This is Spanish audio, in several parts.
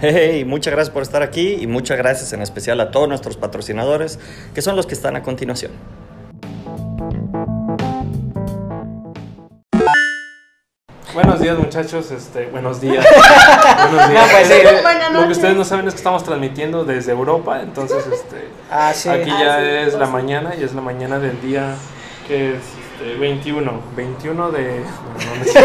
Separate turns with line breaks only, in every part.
Hey, muchas gracias por estar aquí y muchas gracias en especial a todos nuestros patrocinadores, que son los que están a continuación.
Buenos días muchachos, este, buenos días. buenos
No, pues, sí.
Eh,
Buenas
Lo que
noches.
ustedes no saben es que estamos transmitiendo desde Europa, entonces este,
Ah, sí.
aquí
Ah,
ya
sí,
es
pues.
la mañana y es la mañana del día que es este, 21, 21 de... no, no me sé.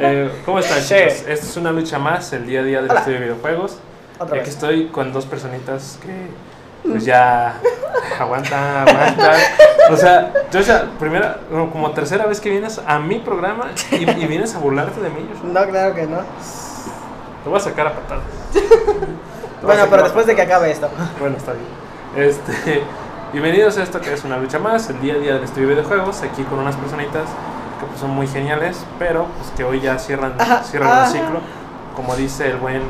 Eh, ¿Cómo están
Sí.
chicos? Esta es una lucha más, el día a día del
Hola.
estudio de videojuegos.
Otra
y
vez. Mm.
aquí estoy con dos personitas que pues ya aguanta, aguanta. O sea, yo ya, primera, no, como tercera vez que vienes a mi programa y, y vienes a burlarte de mí. Joshua.
No, claro que no.
Te voy a sacar a patadas. Te voy a
Bueno,
sacar
pero
a
después de que
patadas.
acabe esto.
Bueno, está bien. Este, bienvenidos a esto que es una lucha más, el día a día del estudio de videojuegos, aquí con unas personitas que pues, son muy geniales, pero pues, que hoy ya cierran, cierran
ajá.
el ciclo. Como dice el buen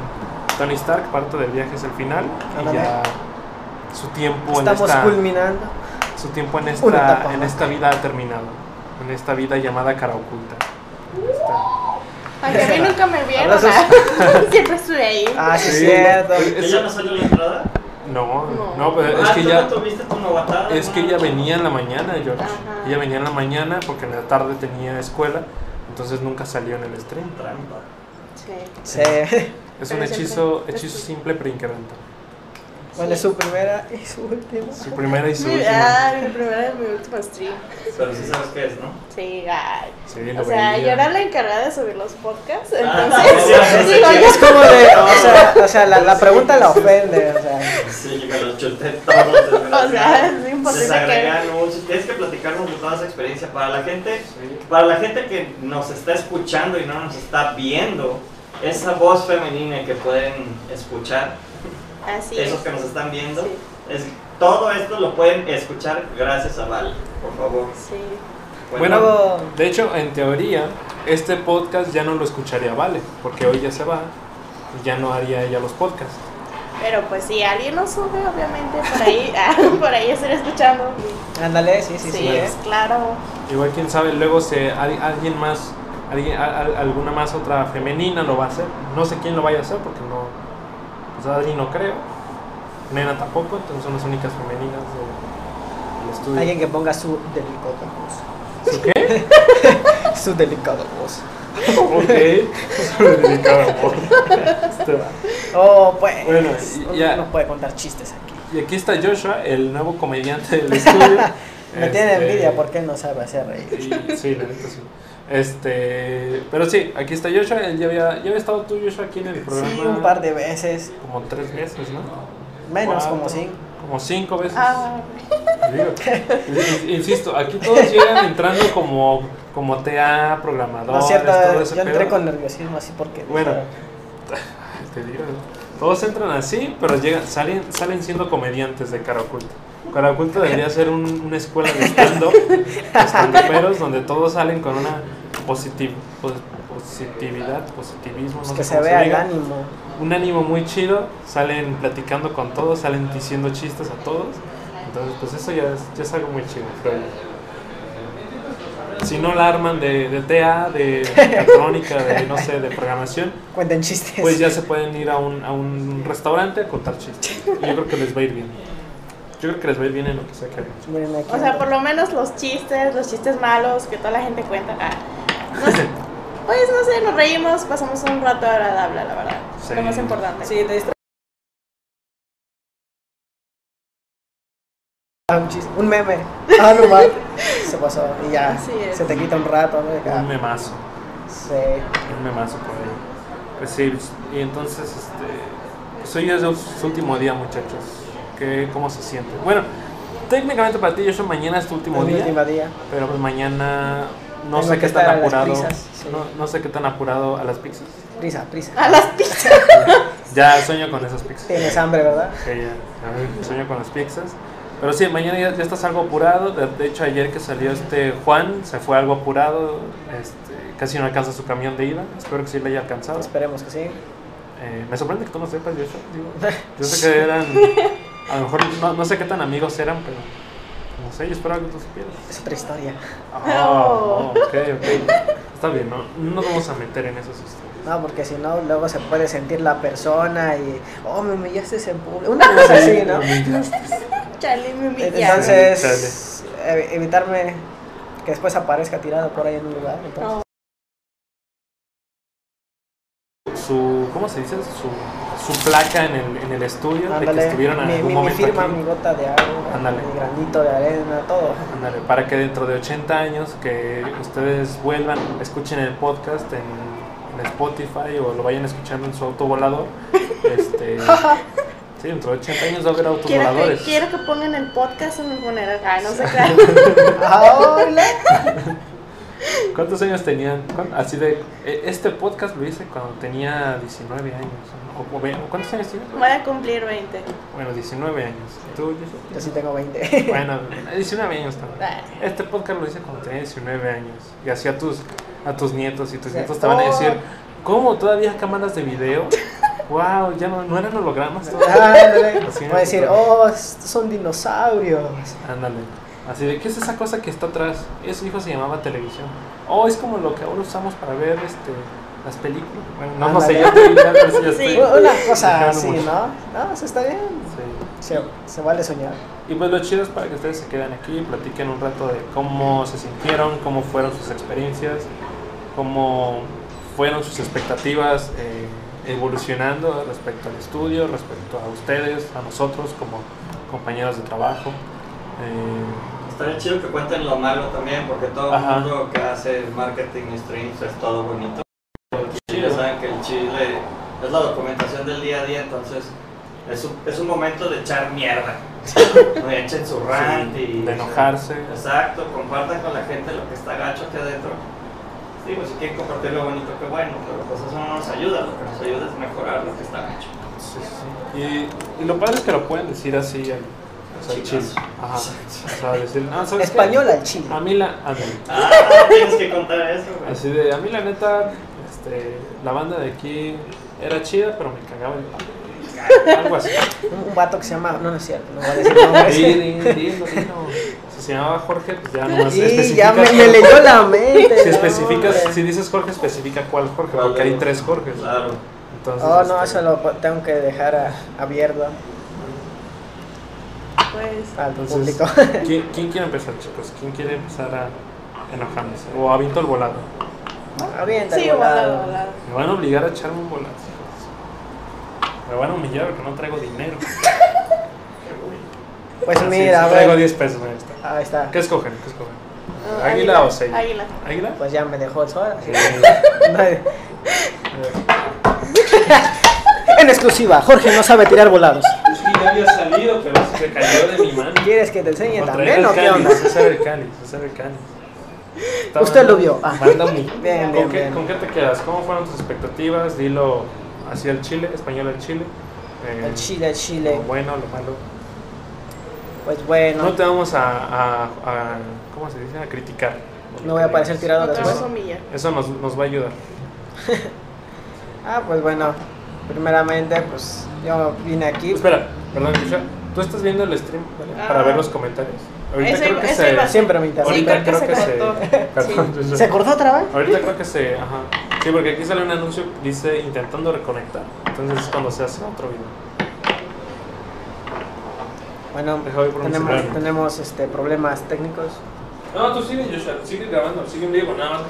Tony Stark, parte del viaje es el final. Y
Ándale.
ya su tiempo en
Estamos
esta,
culminando.
su tiempo en
una etapa
esta, en
más.
esta vida ha terminado. En esta vida llamada cara oculta. Está-
Aunque a mí nunca me vieron,
Abrazos.
ah, siempre estuve ahí.
Ah, sí, es
Sí.
cierto.
Es-
ya no salió la entrada?
no, no,
No.
pero es
Ah,
que
¿tú
ya.
no tuviste tu novatada?
Es que ella venía en la mañana, George.
Ajá.
Ella venía en la mañana porque en la tarde tenía escuela, entonces nunca salió en el stream.
Trampa.
Sí.
Sí.
Es
Pero
un
es el
hechizo,
tren.
hechizo simple pero incremental.
Bueno, es su primera y su última.
Su primera y su
Mi,
última.
ah, mi primera y mi última stream.
Pero sí sabes qué es, ¿no?
Sí, ay.
Sí, lo
O sea,
veía.
yo era la encargada de subir los podcasts,
Ah,
entonces.
sí,
digo,
sí,
yo-
Es como de. O sea, o sea la, la pregunta la ofende. O sea,
Sí, yo me los chuté todos.
O sea, pues, es imposible que.
Desagregar mucho. Tienes que platicarnos de toda esa experiencia. Para la gente, para la gente que nos está escuchando y no nos está viendo, esa voz femenina que pueden escuchar,
Así es.
esos que nos están viendo,
Sí.
es, todo esto lo pueden escuchar gracias a Val. Por favor.
Sí. Pues
Bueno,
luego.
De hecho, en teoría, este podcast ya no lo escucharía Vale, porque hoy ya se va y ya no haría ella los podcasts.
Pero pues si alguien lo sube, obviamente por ahí, ah, por ahí estaré escuchando.
Ándale, sí, sí,
Sí,
sí. ¿eh?
es claro.
Igual quién sabe, luego se, al- alguien más, alguien, al- al- alguna más otra femenina lo va a hacer. No sé quién lo vaya a hacer porque no, pues Adri no creo, Nena tampoco, entonces son las únicas femeninas de- del estudio.
Alguien que ponga su delicado voz.
¿Su qué?
Su delicado voz.
ok, Solo dedicado a amor. Este va.
Oh, pues.
Bueno, y- ya.
No puede contar chistes aquí.
Y aquí está Joshua, el nuevo comediante del estudio.
Me tiene
Este,
envidia porque él no sabe hacer reír.
Y- sí, la neta sí. Este, pero sí, aquí está Joshua, él ya había, ya había estado tú Joshua aquí en el programa.
Sí, un par de veces.
Como tres veces, ¿no?
Menos,
Cuatro,
como cinco.
Como cinco veces.
Ah,
Digo, in- insisto, aquí todos llegan entrando como, como TA, programadores,
No es cierto,
todo ese
yo entré
pedo.
con nerviosismo así porque. dije,
Bueno. Te digo, ¿no? todos entran así, pero llegan, salen, salen siendo comediantes de cara oculta. Cara oculta debería ser un- una escuela de stand-up, de stand-uperos, donde todos salen con una positiv- pos- positividad, positivismo,
pues
no sé
que se
cómo
vea el
diga.
ánimo.
un ánimo muy chido, salen platicando con todos, salen diciendo chistes a todos. Entonces, pues eso ya es, ya es algo muy chido, creo yo. Si no la arman de, de TA, de electrónica, de no sé, de programación,
Cuenten chistes.
pues ya se pueden ir a un, a un restaurante a contar chistes. Y yo creo que les va a ir bien. Yo creo que les va a ir bien en lo que sea que hagan.
Miren aquí.
o sea, por lo menos los chistes, los chistes malos que toda la gente cuenta. ah, no sé. pues no sé, nos reímos, pasamos un rato agradable, la verdad.
Sí.
Lo más importante.
Sí, te distra- Ah, un chiste, un meme. Ah, no mal. Se pasó. Y ya.
Así es.
Se te quita un rato, ¿no? Ya.
Un memazo,
Sí.
un memazo por ahí. Pues sí, y entonces, este, pues hoy es su- su último día, muchachos. ¿Qué, ¿Cómo se siente? Bueno, técnicamente para ti, Joshua, mañana es tu último
Es mi
día.
último día.
Pero pues mañana no
Tengo
sé
que
qué tan
estar a las
apurado.
prisas, sí.
no, no sé qué tan apurado a las pizzas.
Prisa, prisa.
A las pizzas.
Ya sueño con esas pizzas.
Tienes hambre, ¿verdad?
Que ya, a ver, sueño con las pizzas. Pero sí, mañana ya, ya estás algo apurado. De, de hecho, ayer que salió este Juan, se fue algo apurado. este, casi no alcanza su camión de ida. Espero que sí le haya alcanzado.
Esperemos que sí.
Eh, me sorprende que tú no sepas, Joshua. Digo, yo sé que eran. A lo mejor no, no sé qué tan amigos eran, pero. No sé, yo esperaba que tú supieras.
Es otra historia.
Ah, ok, ok. Está bien, ¿no? No nos vamos a meter en esos historias.
No, porque si no, luego se puede sentir la persona y, oh, me humillaste en público. Una cosa así, ¿no?
Chale, me humillaste.
Entonces, ev- evitarme que después aparezca tirado por ahí en un lugar. entonces.
No.
Su, ¿cómo se dice? Su, su placa en el, en el estudio de que
Ándale,
estuvieron en
mi,
algún
mi- mi
momento
firma,
aquí.
mi gota de agua,
Ándale.
mi granito de arena, todo.
Ándale, para que dentro de 80 años que ustedes vuelvan, escuchen el podcast en, en Spotify o lo vayan escuchando en su autovolador. Este, sí, dentro de 80 años va a haber
Quiero que,
autovoladores.
quiero que pongan el podcast en mi funeral. Ah, no sé crean.
Ah, ¡Hola!
¿Cuántos años tenían? ¿Cuán- Así de, eh, este podcast lo hice cuando tenía 19 años. ¿no? O- o ve- ¿Cuántos años tienes?
Voy a cumplir 20.
Bueno, 19 años. ¿Tú, Jesús?
Yo sí tengo 20.
Bueno, 19 años también.
Ah,
Este podcast lo hice cuando tenía 19 años. Y así a tus, a tus nietos y tus
Sí.
nietos te van a decir, ¿cómo todavía cámaras de video? wow, ya no, no eran hologramas. todavía".
Ándale.
Así
Voy a decir,
es.
oh, estos son dinosaurios.
Ándale. Así de, ¿qué es esa cosa que está atrás? Eso, hijo, se llamaba televisión. Oh, es como lo que ahora usamos para ver este, las películas. Bueno, no, no sé,
Ándale.
ya estoy- ya, pero sí, ya
Sí.
estoy-
Una cosa
Dejaron
así,
mucho.
¿no? No, eso está bien.
Sí.
Se, se vale soñar.
Y pues lo chido es para que ustedes se queden aquí y platiquen un rato de cómo se sintieron, cómo fueron sus experiencias, cómo fueron sus expectativas eh, evolucionando respecto al estudio, respecto a ustedes, a nosotros como compañeros de trabajo. Eh,
Estaría chido que cuenten lo malo también, porque todo el
Ajá.
mundo que hace marketing streams es todo bonito. Y
chido.
ya saben que el chile es la documentación del día a día, entonces es un, es un momento de echar mierda. ¿no? Y Echen su rant y.
de enojarse.
Exacto, compartan con la gente lo que está gacho aquí adentro. Sí, pues si quieren compartir lo bonito, qué bueno, pero pues eso no nos ayuda, lo que nos ayuda es mejorar lo que está gacho.
Sí, sí. Y, y lo padre es que lo pueden decir así al, o sea, al chile.
Chicas.
Ajá. O sea, decir, "No, ¿sabes qué?
Español al chile.
A mí la... ándale.
Ah, tienes que contar eso, güey.
Así de, a mí la neta, este, la banda de aquí era chida, pero me cagaba el palo. Algo así.
Un, un vato que se llama. No, no es cierto, no voy a decir nombres.
Di, di, di, lo digo. Si se llamaba Jorge, pues ya no
Y ya me, me leyó la mente.
Si
no,
especificas,
hombre.
si dices Jorge, especifica cuál Jorge,
Claro.
porque hay tres Jorges.
Claro.
Entonces,
Ah. Oh, no,
este,
eso lo po- tengo que dejar a- abierto
Pues
al
entonces,
público.
¿quién, quién quiere empezar, chicos? ¿Quién quiere empezar a enojarse? O aviento el volado.
Avienta el
sí,
volado.
volado, volado.
Me van a obligar a echarme un volado. chicos. Me van a humillar porque no traigo dinero. Ah,
Pues
Así es,
mira, a
Traigo
ver.
10 pesos, ahí está.
Ahí está.
¿Qué escogen? ¿Qué escogen?
Ah,
¿Águila o sello?
Águila.
¿Águila? Eh,
Pues ya me dejó sola.
Sí.
En exclusiva, Jorge no sabe tirar volados.
Es que ya había salido, pero se cayó de mi mano.
¿Quieres que te enseñe
Contra
también
el
o qué
cáliz,
onda?
Ese era el cáliz, ese era el cáliz. Estaba-
Usted lo vio. Ah.
Manda mi-
Bien,
¿Con,
bien,
qué,
bien.
¿Con qué te quedas? ¿Cómo fueron tus expectativas? Dilo hacia el Chile, español al Chile. Eh,
El chile, el chile.
Lo bueno, lo malo.
Pues
No
bueno,
te vamos a, a, a- ¿Cómo se dice? A criticar.
no voy a parecer tirado
No te vas
después.
a humillar.
Eso nos, nos va a ayudar.
Ah, pues bueno. Primeramente, pues yo vine aquí.
Pues Espera, perdón, Yusha, ¿Tú estás viendo el stream vale?
Ah.
para ver los comentarios? Ahorita
Ese
creo
iba-
que
ese
se.
iba a ser.
Siempre me interrumpe.
Ahorita
Sí,
creo
creo
que,
que se
se.
cortó.
Perdón, Yusha.
¿Se cortó otra vez?
Ahorita creo que se. Ajá. Sí, porque aquí sale un anuncio que dice intentando reconectar. Entonces es cuando se hace otro video.
Bueno,
Deja voy por un
tenemos,
cigarro.
tenemos este, problemas técnicos.
No, tú sigue, Joshua. Sigue grabando, sigue en vivo, nada más.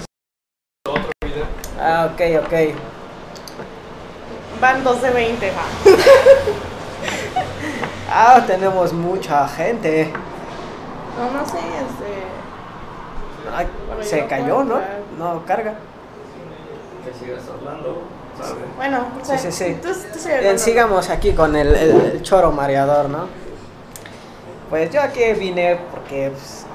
Otro video.
Ah, ok, ok.
Van 2 de 20, va.
Ah, tenemos mucha gente.
No, no sé, este.
Ay,
Bueno, yo
se
no
cayó,
puedo
¿no?
entrar.
No, carga.
Que sigas hablando, ¿sabes?
Bueno, o sea,
Sí, sí, sí.
Tú, tú sigue
Bien,
hablando.
Eh, sigamos aquí con el, el- el choro mareador, ¿no? Pues yo aquí vine porque, pues,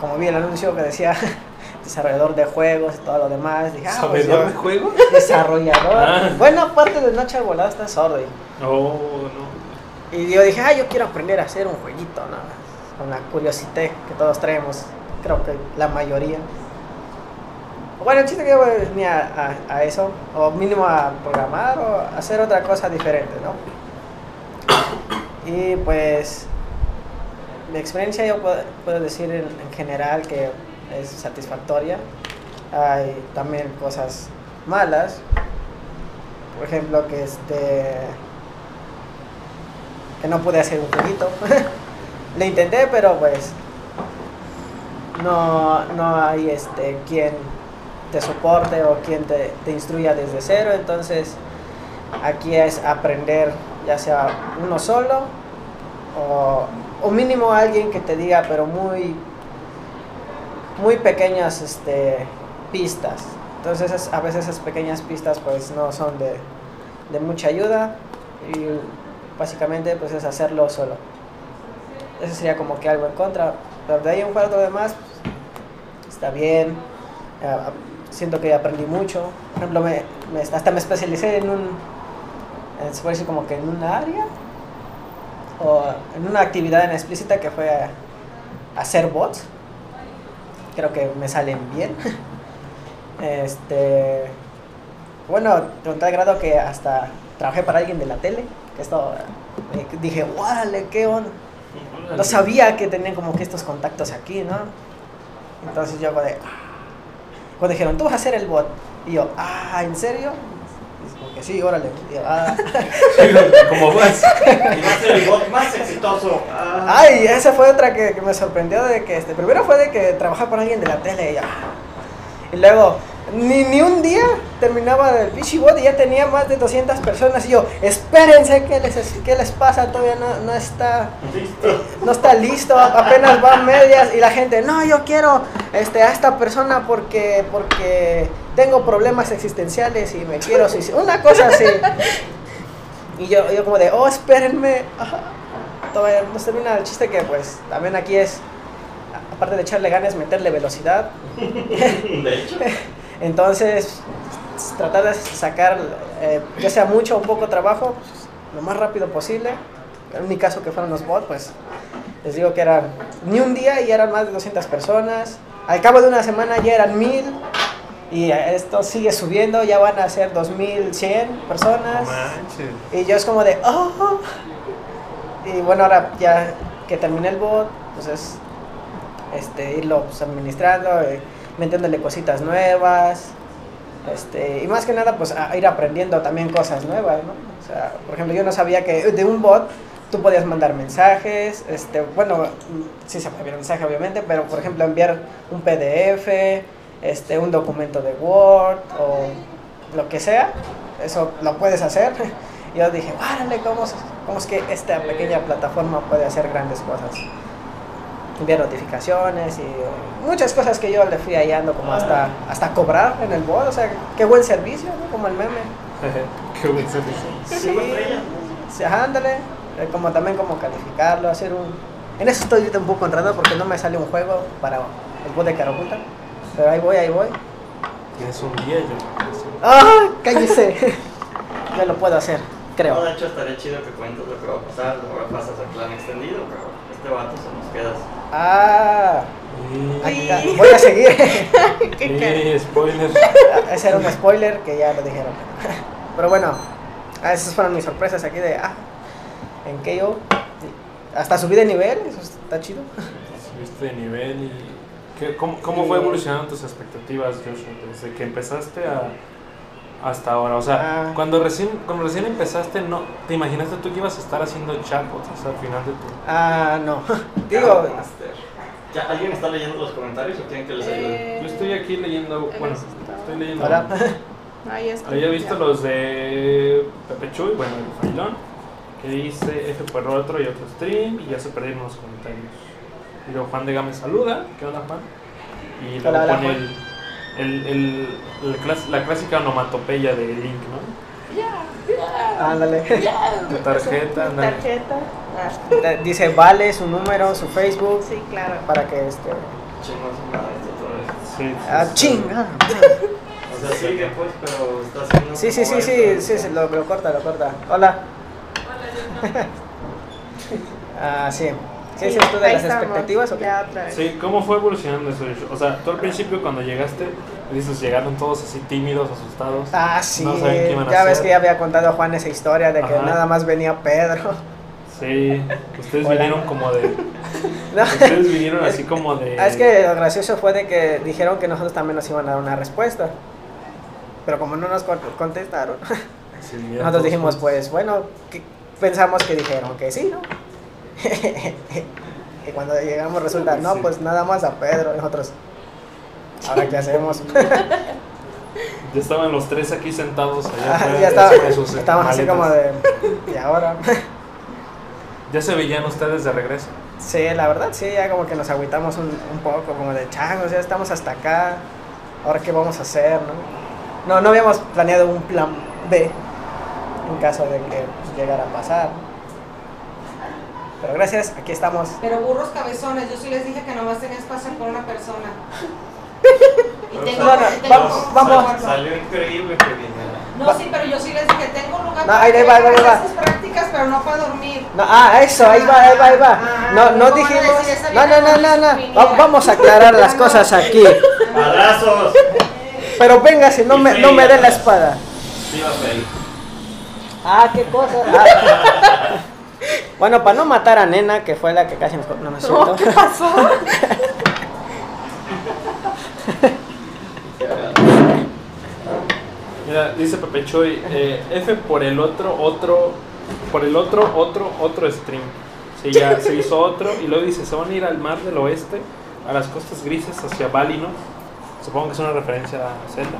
como vi el anuncio que decía desarrollador de juegos y todo lo demás, dije, ah, pues
¿Sabedor
yo-
de juego?
desarrollador.
Ah.
Buena parte de Noche al Volado está sordo. y-
Oh, no.
Y yo dije, ah, yo quiero aprender a hacer un jueguito, ¿no? Con la curiosidad que todos traemos, creo que la mayoría. Bueno, el chiste que yo venía a, a eso, o mínimo a programar o a hacer otra cosa diferente, ¿no? Y pues, mi experiencia yo puedo, puedo decir en, en general que es satisfactoria. Hay también cosas malas, Por ejemplo, que este. que no pude hacer un jueguito. Lo intenté, pero pues. No, no hay este quien te soporte o quien te, te instruya desde cero. Entonces, aquí es aprender, ya sea uno solo o, o mínimo alguien que te diga, pero muy, muy pequeñas este, pistas. Entonces, es- a veces esas pequeñas pistas pues no son de, de mucha ayuda y básicamente pues es hacerlo solo. Eso sería como que algo en contra, pero de ahí un cuarto de más pues, está bien. Ah, siento que aprendí mucho. Por ejemplo, me, me- hasta me especialicé en un, eh, se puede decir como que en un área o en una actividad en explícita que fue a- hacer bots. Creo que me salen bien. Este, bueno, con tal grado que hasta trabajé para alguien de la tele. Que esto eh, dije, ¡guau! ¿Qué onda? No sabía que tenían como que estos contactos aquí, ¿no? Entonces yo de, "Ah". cuando dijeron, tú vas a hacer el bot. Y yo, ah, ¿en serio? Y es como que sí, órale. Y yo, "Ah".
Como vas.
Y va a ser el bot más exitoso. Ah.
Ay, esa fue otra que, que me sorprendió de que este. Primero fue de que trabajaba para alguien de la tele y ya. Y luego, ni, ni un día terminaba del pinche bot y ya tenía más de 200 personas. Y yo, espérense, ¿qué les, qué les pasa? Todavía no, no está.
Listo.
no está listo, apenas va a medias y la gente, no, yo quiero este, a esta persona porque, porque tengo problemas existenciales y me quiero suicidar, una cosa así. Y yo, yo como de, oh, espérenme, ajá. todavía no se termina el chiste que pues también aquí es, a- aparte de echarle ganas, meterle velocidad,
De hecho,
entonces s- tratar de sacar, eh, ya sea mucho o poco trabajo, lo más rápido posible. En mi caso que fueron los bots, pues les digo que eran ni un día y eran más de 200 personas. Al cabo de una semana ya eran mil y eh, esto sigue subiendo, ya van a ser 2100
No
personas.
manches.
Y yo es como de, oh. Y bueno, ahora ya que terminé el bot, pues es este, irlo pues, administrando, eh, metiéndole cositas nuevas. Este, y más que nada, pues a- ir aprendiendo también cosas nuevas, ¿no? O sea, por ejemplo, yo no sabía que de un bot tú podías mandar mensajes, este, bueno, mm, sí se puede enviar mensaje obviamente, pero por ejemplo enviar un PDF, este, un documento de Word o lo que sea, eso lo puedes hacer. Yo dije, órale, ¿cómo, es- ¿cómo es que esta pequeña plataforma puede hacer grandes cosas? Enviar notificaciones y eh, muchas cosas que yo le fui hallando, como hasta, hasta cobrar en el bot, o sea, qué buen servicio, ¿no? Como el meme.
Qué buen servicio.
cinco estrellas.
Sí, ajá, ándale. Eh, Como también como calificarlo, hacer un... En eso estoy yo un poco enredado porque no me sale un juego para el bot de Caraculta. Pero ahí voy, ahí voy.
Tienes un día yo.
¡Ah! ¡Cállese! yo lo puedo hacer, creo.
No, de hecho, estaría chido que cuentes lo que va a pasar. Ahora pasas al plan extendido, pero este vato se nos queda.
¡Ah!
Y...
ahí está. Voy a seguir.
Qué cara.
Y spoiler.
Ese era un spoiler que ya lo dijeron. Pero bueno, ah, esas fueron mis sorpresas aquí de... Ah, en KO. Hasta subí de nivel, eso está chido.
Subiste de nivel y. ¿qué- cómo, cómo fue evolucionando tus expectativas, Joshua, desde que empezaste a, hasta ahora? O sea,
Ah.
cuando, recién, cuando recién empezaste, no ¿te imaginaste tú que ibas a estar haciendo chatbots hasta el final de tu.
Ah, no. Digo,
Digo, Master. Ah, este, ¿Ya alguien está leyendo los comentarios o quieren que les ayude?
Eh,
Yo estoy aquí leyendo.
Eh,
Bueno,
eso es todo.
estoy leyendo.
ahora...
Eh, Ahí es
Había visto los de Pepe Chuy, bueno, el Failón, que dice F por otro y otro stream, y ya se perdieron los comentarios. Y luego Juan de Gámez saluda, ¿qué onda Juan? Y luego
Hola, hola,
pone
Juan.
el, el, el- el clas- la clásica onomatopeya de Link, ¿no?
Ándale.
Tu tarjeta,
Tu
na-
Tarjeta. Ah,
Te- Dice vale su número, su Facebook,
sí, claro.
para que este.
Chingos, nada, esto otra vez.
Sí, sí,
Ah,
sí.
chinga.
O sea, sigue pues, pero está haciendo.
Sí, sí,
como
sí, sí,
esto.
sí, sí, lo, lo corta, lo corta. Hola. Ah, sí. ¿Qué dices tú de
ahí
las
estamos,
expectativas o qué?
Ya otra vez.
Sí, ¿cómo fue evolucionando eso? Joshua? O sea, tú al principio cuando llegaste, dices, llegaron todos así tímidos, asustados.
Ah, sí.
No saben qué iban a
ya ves
hacer.
que ya había contado Juan esa historia de que
Ajá.
nada más venía Pedro.
Sí, ustedes
Hola.
vinieron como de...
No.
Ustedes vinieron así como de...
Ah, Es que lo gracioso fue de que dijeron que nosotros también nos iban a dar una respuesta. Pero como no nos con- contestaron,
Sí, mira,
Nosotros
todos
dijimos,
juntos.
pues bueno, que- pensamos que dijeron que sí, ¿no? y cuando llegamos resulta, no,
Sí.
pues nada más a Pedro, nosotros. Ahora qué hacemos.
Ya estaban los tres aquí sentados. Allá afuera,
ya estaba,
con sus
estábamos así
maletas.
como de. Y ahora.
Ya se veían ustedes de regreso.
Sí, la verdad, sí, ya como que nos agüitamos un, un poco, como de changos, ya estamos hasta acá, ahora qué vamos a hacer, ¿no? No, no habíamos planeado un plan B en caso de que pues, llegara a pasar. Pero gracias, aquí estamos.
Pero burros cabezones, yo sí les dije que nomás tenías pasar por una persona. Y
Pero
tengo,
sal-
no,
tengo-
vamos,
sal-
vamos.
sal- Salió increíble que viniera.
No, sí, pero yo sí les dije, tengo un lugar
No, ahí va, ahí va, ahí va.
hacer sus prácticas, pero no para dormir.
No, ah, eso, ahí va, ahí va, ahí va.
Ah,
No, no
¿cómo van a
dijimos.
decir esa
No, no,
vieja
no,
con
no, no.
disciplina?
Va- Vamos a aclarar las cosas aquí.
¡Abrazos!
Pero véngase, no me, no me dé la espada.
Sí, va a pedir.
Ah, qué cosa. Ah. Bueno, para no matar a Nena, que fue la que casi nos... co- No, no es cierto.
¿Qué pasó?
Mira, dice Pepe Choy, eh, F por el otro, otro, por el otro, otro, otro stream. Sí, ya se hizo otro y luego dice, se van a ir al mar del oeste, a las costas grises, hacia Bali, ¿no? Supongo que es una referencia a Zelda.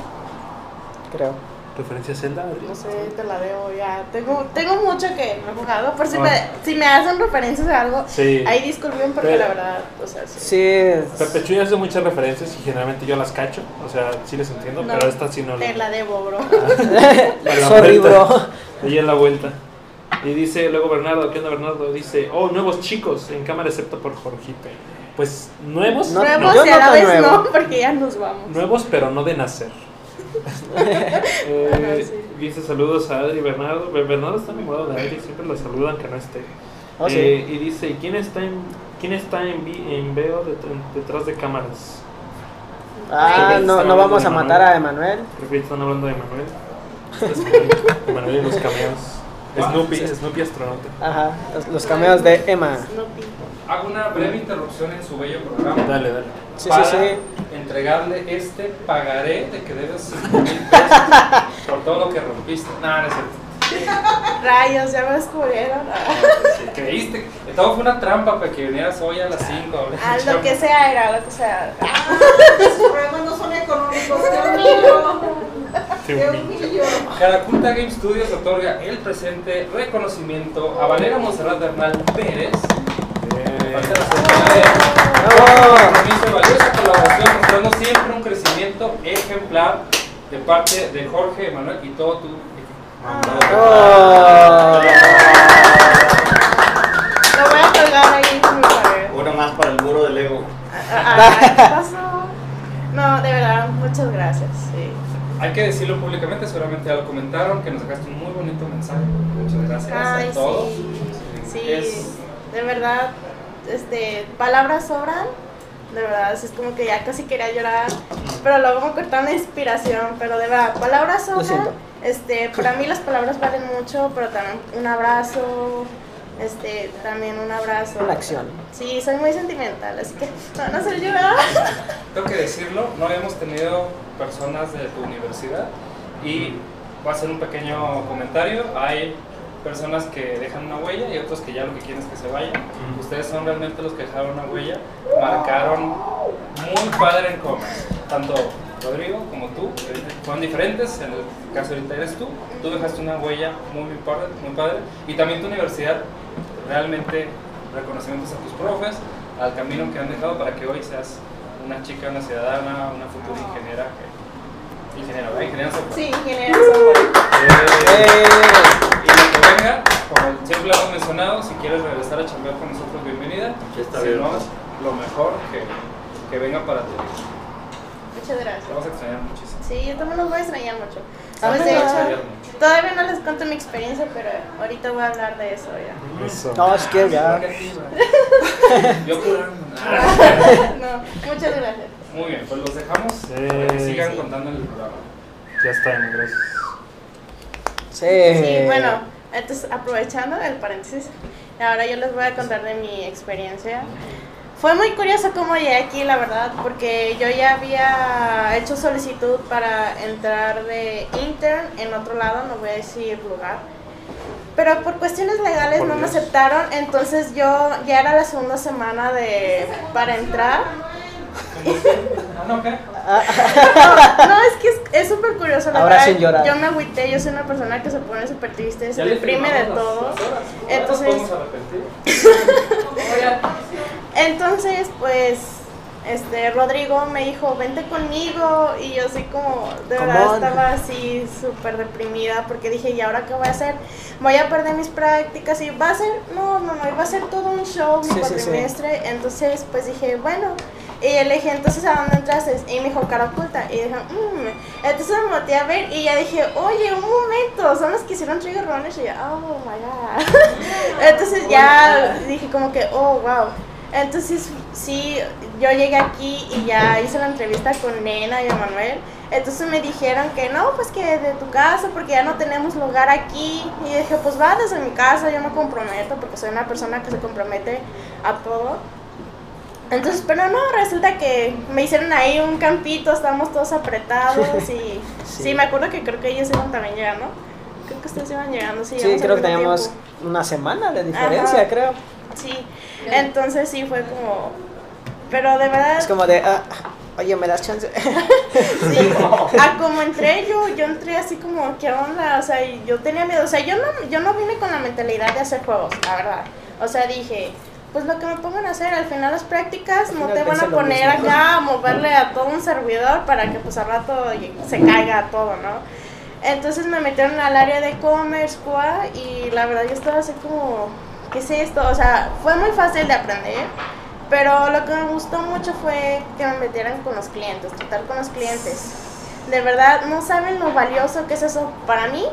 Creo.
¿Referencia a Zelda, Adrián?
No sé, te la debo ya. Tengo, tengo mucho que no he jugado. Por si, me, si me hacen referencias a algo,
Ah. Sí.
ahí disculpen porque
Pero-
la verdad, o sea, sí.
Sí. es-
Pepe Chuy hace muchas referencias y generalmente yo las cacho, o sea, sí les entiendo,
No,
pero esta sí no
Te la debo, bro.
A la
Sorry,
vuelta.
bro.
Ahí en la vuelta. Y dice luego Bernardo, ¿qué onda Bernardo? Dice, oh, nuevos chicos en cámara excepto por Jorgito. Pues nuevos,
No,
Nuevos
yo
y a
no
la
soy
vez
nuevo.
no, porque ya nos vamos.
nuevos pero no de nacer. Eh,
Ajá, sí.
Dice saludos a Adri Bernardo. Ber- Bernardo está enamorado de Adri, siempre la saludan que no esté.
Oh, sí.
Eh, Y dice, "¿Y ¿quién está en, quién está en, vi- en veo det- detrás de cámaras?
Ah, no, no vamos a matar a Emanuel.
Creo que están hablando de Manuel. Es- Manuel y los cameos. Snoopy, Snoopy astronauta.
Ajá, los, los cameos de Emma.
Snoopy.
Hago Ah, una breve interrupción en su bello programa
Dale, dale.
Sí, sí,
para
sí.
entregarle este pagaré de que debes 5 mil pesos por todo lo que rompiste. Nada, no es cierto.
Rayos, ya me descubrieron.
Si creíste. que Todo fue una trampa para que vinieras hoy a las 5.
Ah, lo que sea era, lo que sea. Ah,
Sus problemas no son económicos, te humillo. Te humillo.
Caraculta Game Studios otorga el presente reconocimiento a Valera Monserrat Bernal Pérez. Parte de la Secretaría.
¡Bravo!
compromiso y valiosa colaboración mostrando siempre un crecimiento ejemplar de parte de Jorge, Manuel y todo tu equipo.
¡Oh!
Lo voy a colgar ahí con mi pared.
Uno más para el muro del ego.
Ah, ah, ¿Qué pasó? No, de verdad, muchas gracias. Sí.
Hay que decirlo públicamente, seguramente ya lo comentaron, que nos dejaste un muy bonito mensaje. Muchas gracias
Ay,
Este,
a todos.
sí.
Es-
Sí, de verdad, este, palabras sobran. De verdad, es como que ya casi quería llorar, pero luego me cortaron la inspiración, pero de verdad, palabras
Lo
sobran.
siento.
Este, para mí las palabras valen mucho, pero también un abrazo, este, también un abrazo.
Una acción.
Sí, soy muy sentimental, así que no, no se llorar.
Tengo que decirlo, no habíamos tenido personas de tu universidad y va a ser un pequeño comentario. Hay personas que dejan una huella y otros que ya lo que quieren es que se vayan. Ustedes son realmente los que dejaron una huella, marcaron muy padre en comas. Tanto Rodrigo como tú eh, fueron diferentes, en el caso ahorita eres tú, tú dejaste una huella muy, muy padre, muy padre. Y también tu universidad, realmente reconocimientos a tus profes, al camino que han dejado para que hoy seas una chica, una ciudadana, una futura ingeniera. que- Ingeniera, ¿verdad? Ingeniera software.
Sí, ingeniero, soy-
Eh,
¡Eh!
y lo que venga, como siempre lo hemos mencionado, si quieres regresar a chambear con nosotros, bienvenida.
Aquí está
si
bien.
no, lo mejor que, que venga para ti.
muchas
Te
gracias.
vamos a extrañar muchísimo.
Sí, yo también los voy a extrañar mucho.
¿Sabes
Pues, de
qué?
hecho,
Extrañar mucho.
todavía no les cuento mi experiencia, pero ahorita voy a hablar de eso ya.
Eso.
No, es que ya.
Yo puedo-
No, muchas gracias.
Muy bien, pues los dejamos para que
Sí.
sigan
Sí.
contando en el programa.
Ya está, gracias.
Sí.
Eh.
Sí, bueno, entonces aprovechando el paréntesis, ahora yo les voy a contar de mi experiencia. Fue- Fue muy curioso cómo llegué aquí, la verdad, porque yo ya había hecho solicitud para entrar de intern en otro lado, no voy a decir lugar. Pero por cuestiones legales
Por
no me
Dios.
aceptaron, entonces yo ya era la segunda semana de para entrar.
Ah, no, ¿qué?
No, es que es- es súper curioso, la
Ahora
verdad.
sin llorar.
Yo me agüité, yo soy una persona que se pone súper triste, se
Ya le
deprime de
firmamos las-
todo.
las horas, ¿no?
Entonces-
¿Podemos arrepentir?
Entonces, pues, este, Rodrigo me dijo, vente conmigo, y yo así como, de
Come
verdad
on.
estaba así súper deprimida, porque dije, ¿y ahora qué voy a hacer? Voy a perder mis prácticas, y va a ser, no, no, no, iba a ser todo un show mi
Sí, sí, sí.
cuatrimestre, entonces, pues dije, bueno, y yo le dije, entonces, ¿a dónde entraste? Y me dijo, cara oculta, y dije, mmm, entonces me volteé a ver, y ya dije, oye, un momento, son los que hicieron Trigger Runners, y yo, oh my god. Entonces ya dije como que, oh, wow. Entonces sí, yo llegué aquí y ya hice la entrevista con Nena y Emanuel. Entonces me dijeron que no, pues que de tu casa, porque ya no tenemos lugar aquí. Y dije, pues va desde mi casa, yo me comprometo, porque soy una persona que se compromete a todo. Entonces, pero no, resulta que me hicieron ahí un campito, estábamos todos apretados y sí.
Sí.
me acuerdo que creo que ellos iban también llegando. Creo que ustedes iban llegando, sí.
Sí,
llegamos al
creo que
mismo
teníamos
tiempo.
una semana de diferencia,
Ajá.
creo.
Sí, entonces sí fue como. Pero de verdad,
Es como de, ah, oye, ¿me das chance?
sí. A como entré yo, yo entré así como, ¿qué onda? O sea, y yo tenía miedo. O sea, yo no, yo no vine con la mentalidad de hacer juegos, la verdad. O sea, dije, pues lo que me pongan a hacer, al final las prácticas no
final
te van
pensé
a
lo
poner
mismo.
acá a moverle a todo un servidor para que pues al rato se caiga todo, ¿no? Entonces me metieron al área de commerce, squad, y la verdad yo estaba así como, ¿qué es esto? O sea, fue muy fácil de aprender, pero lo que me gustó mucho fue que me metieran con los clientes, tratar con los clientes. De verdad, no saben lo valioso que es eso para mí,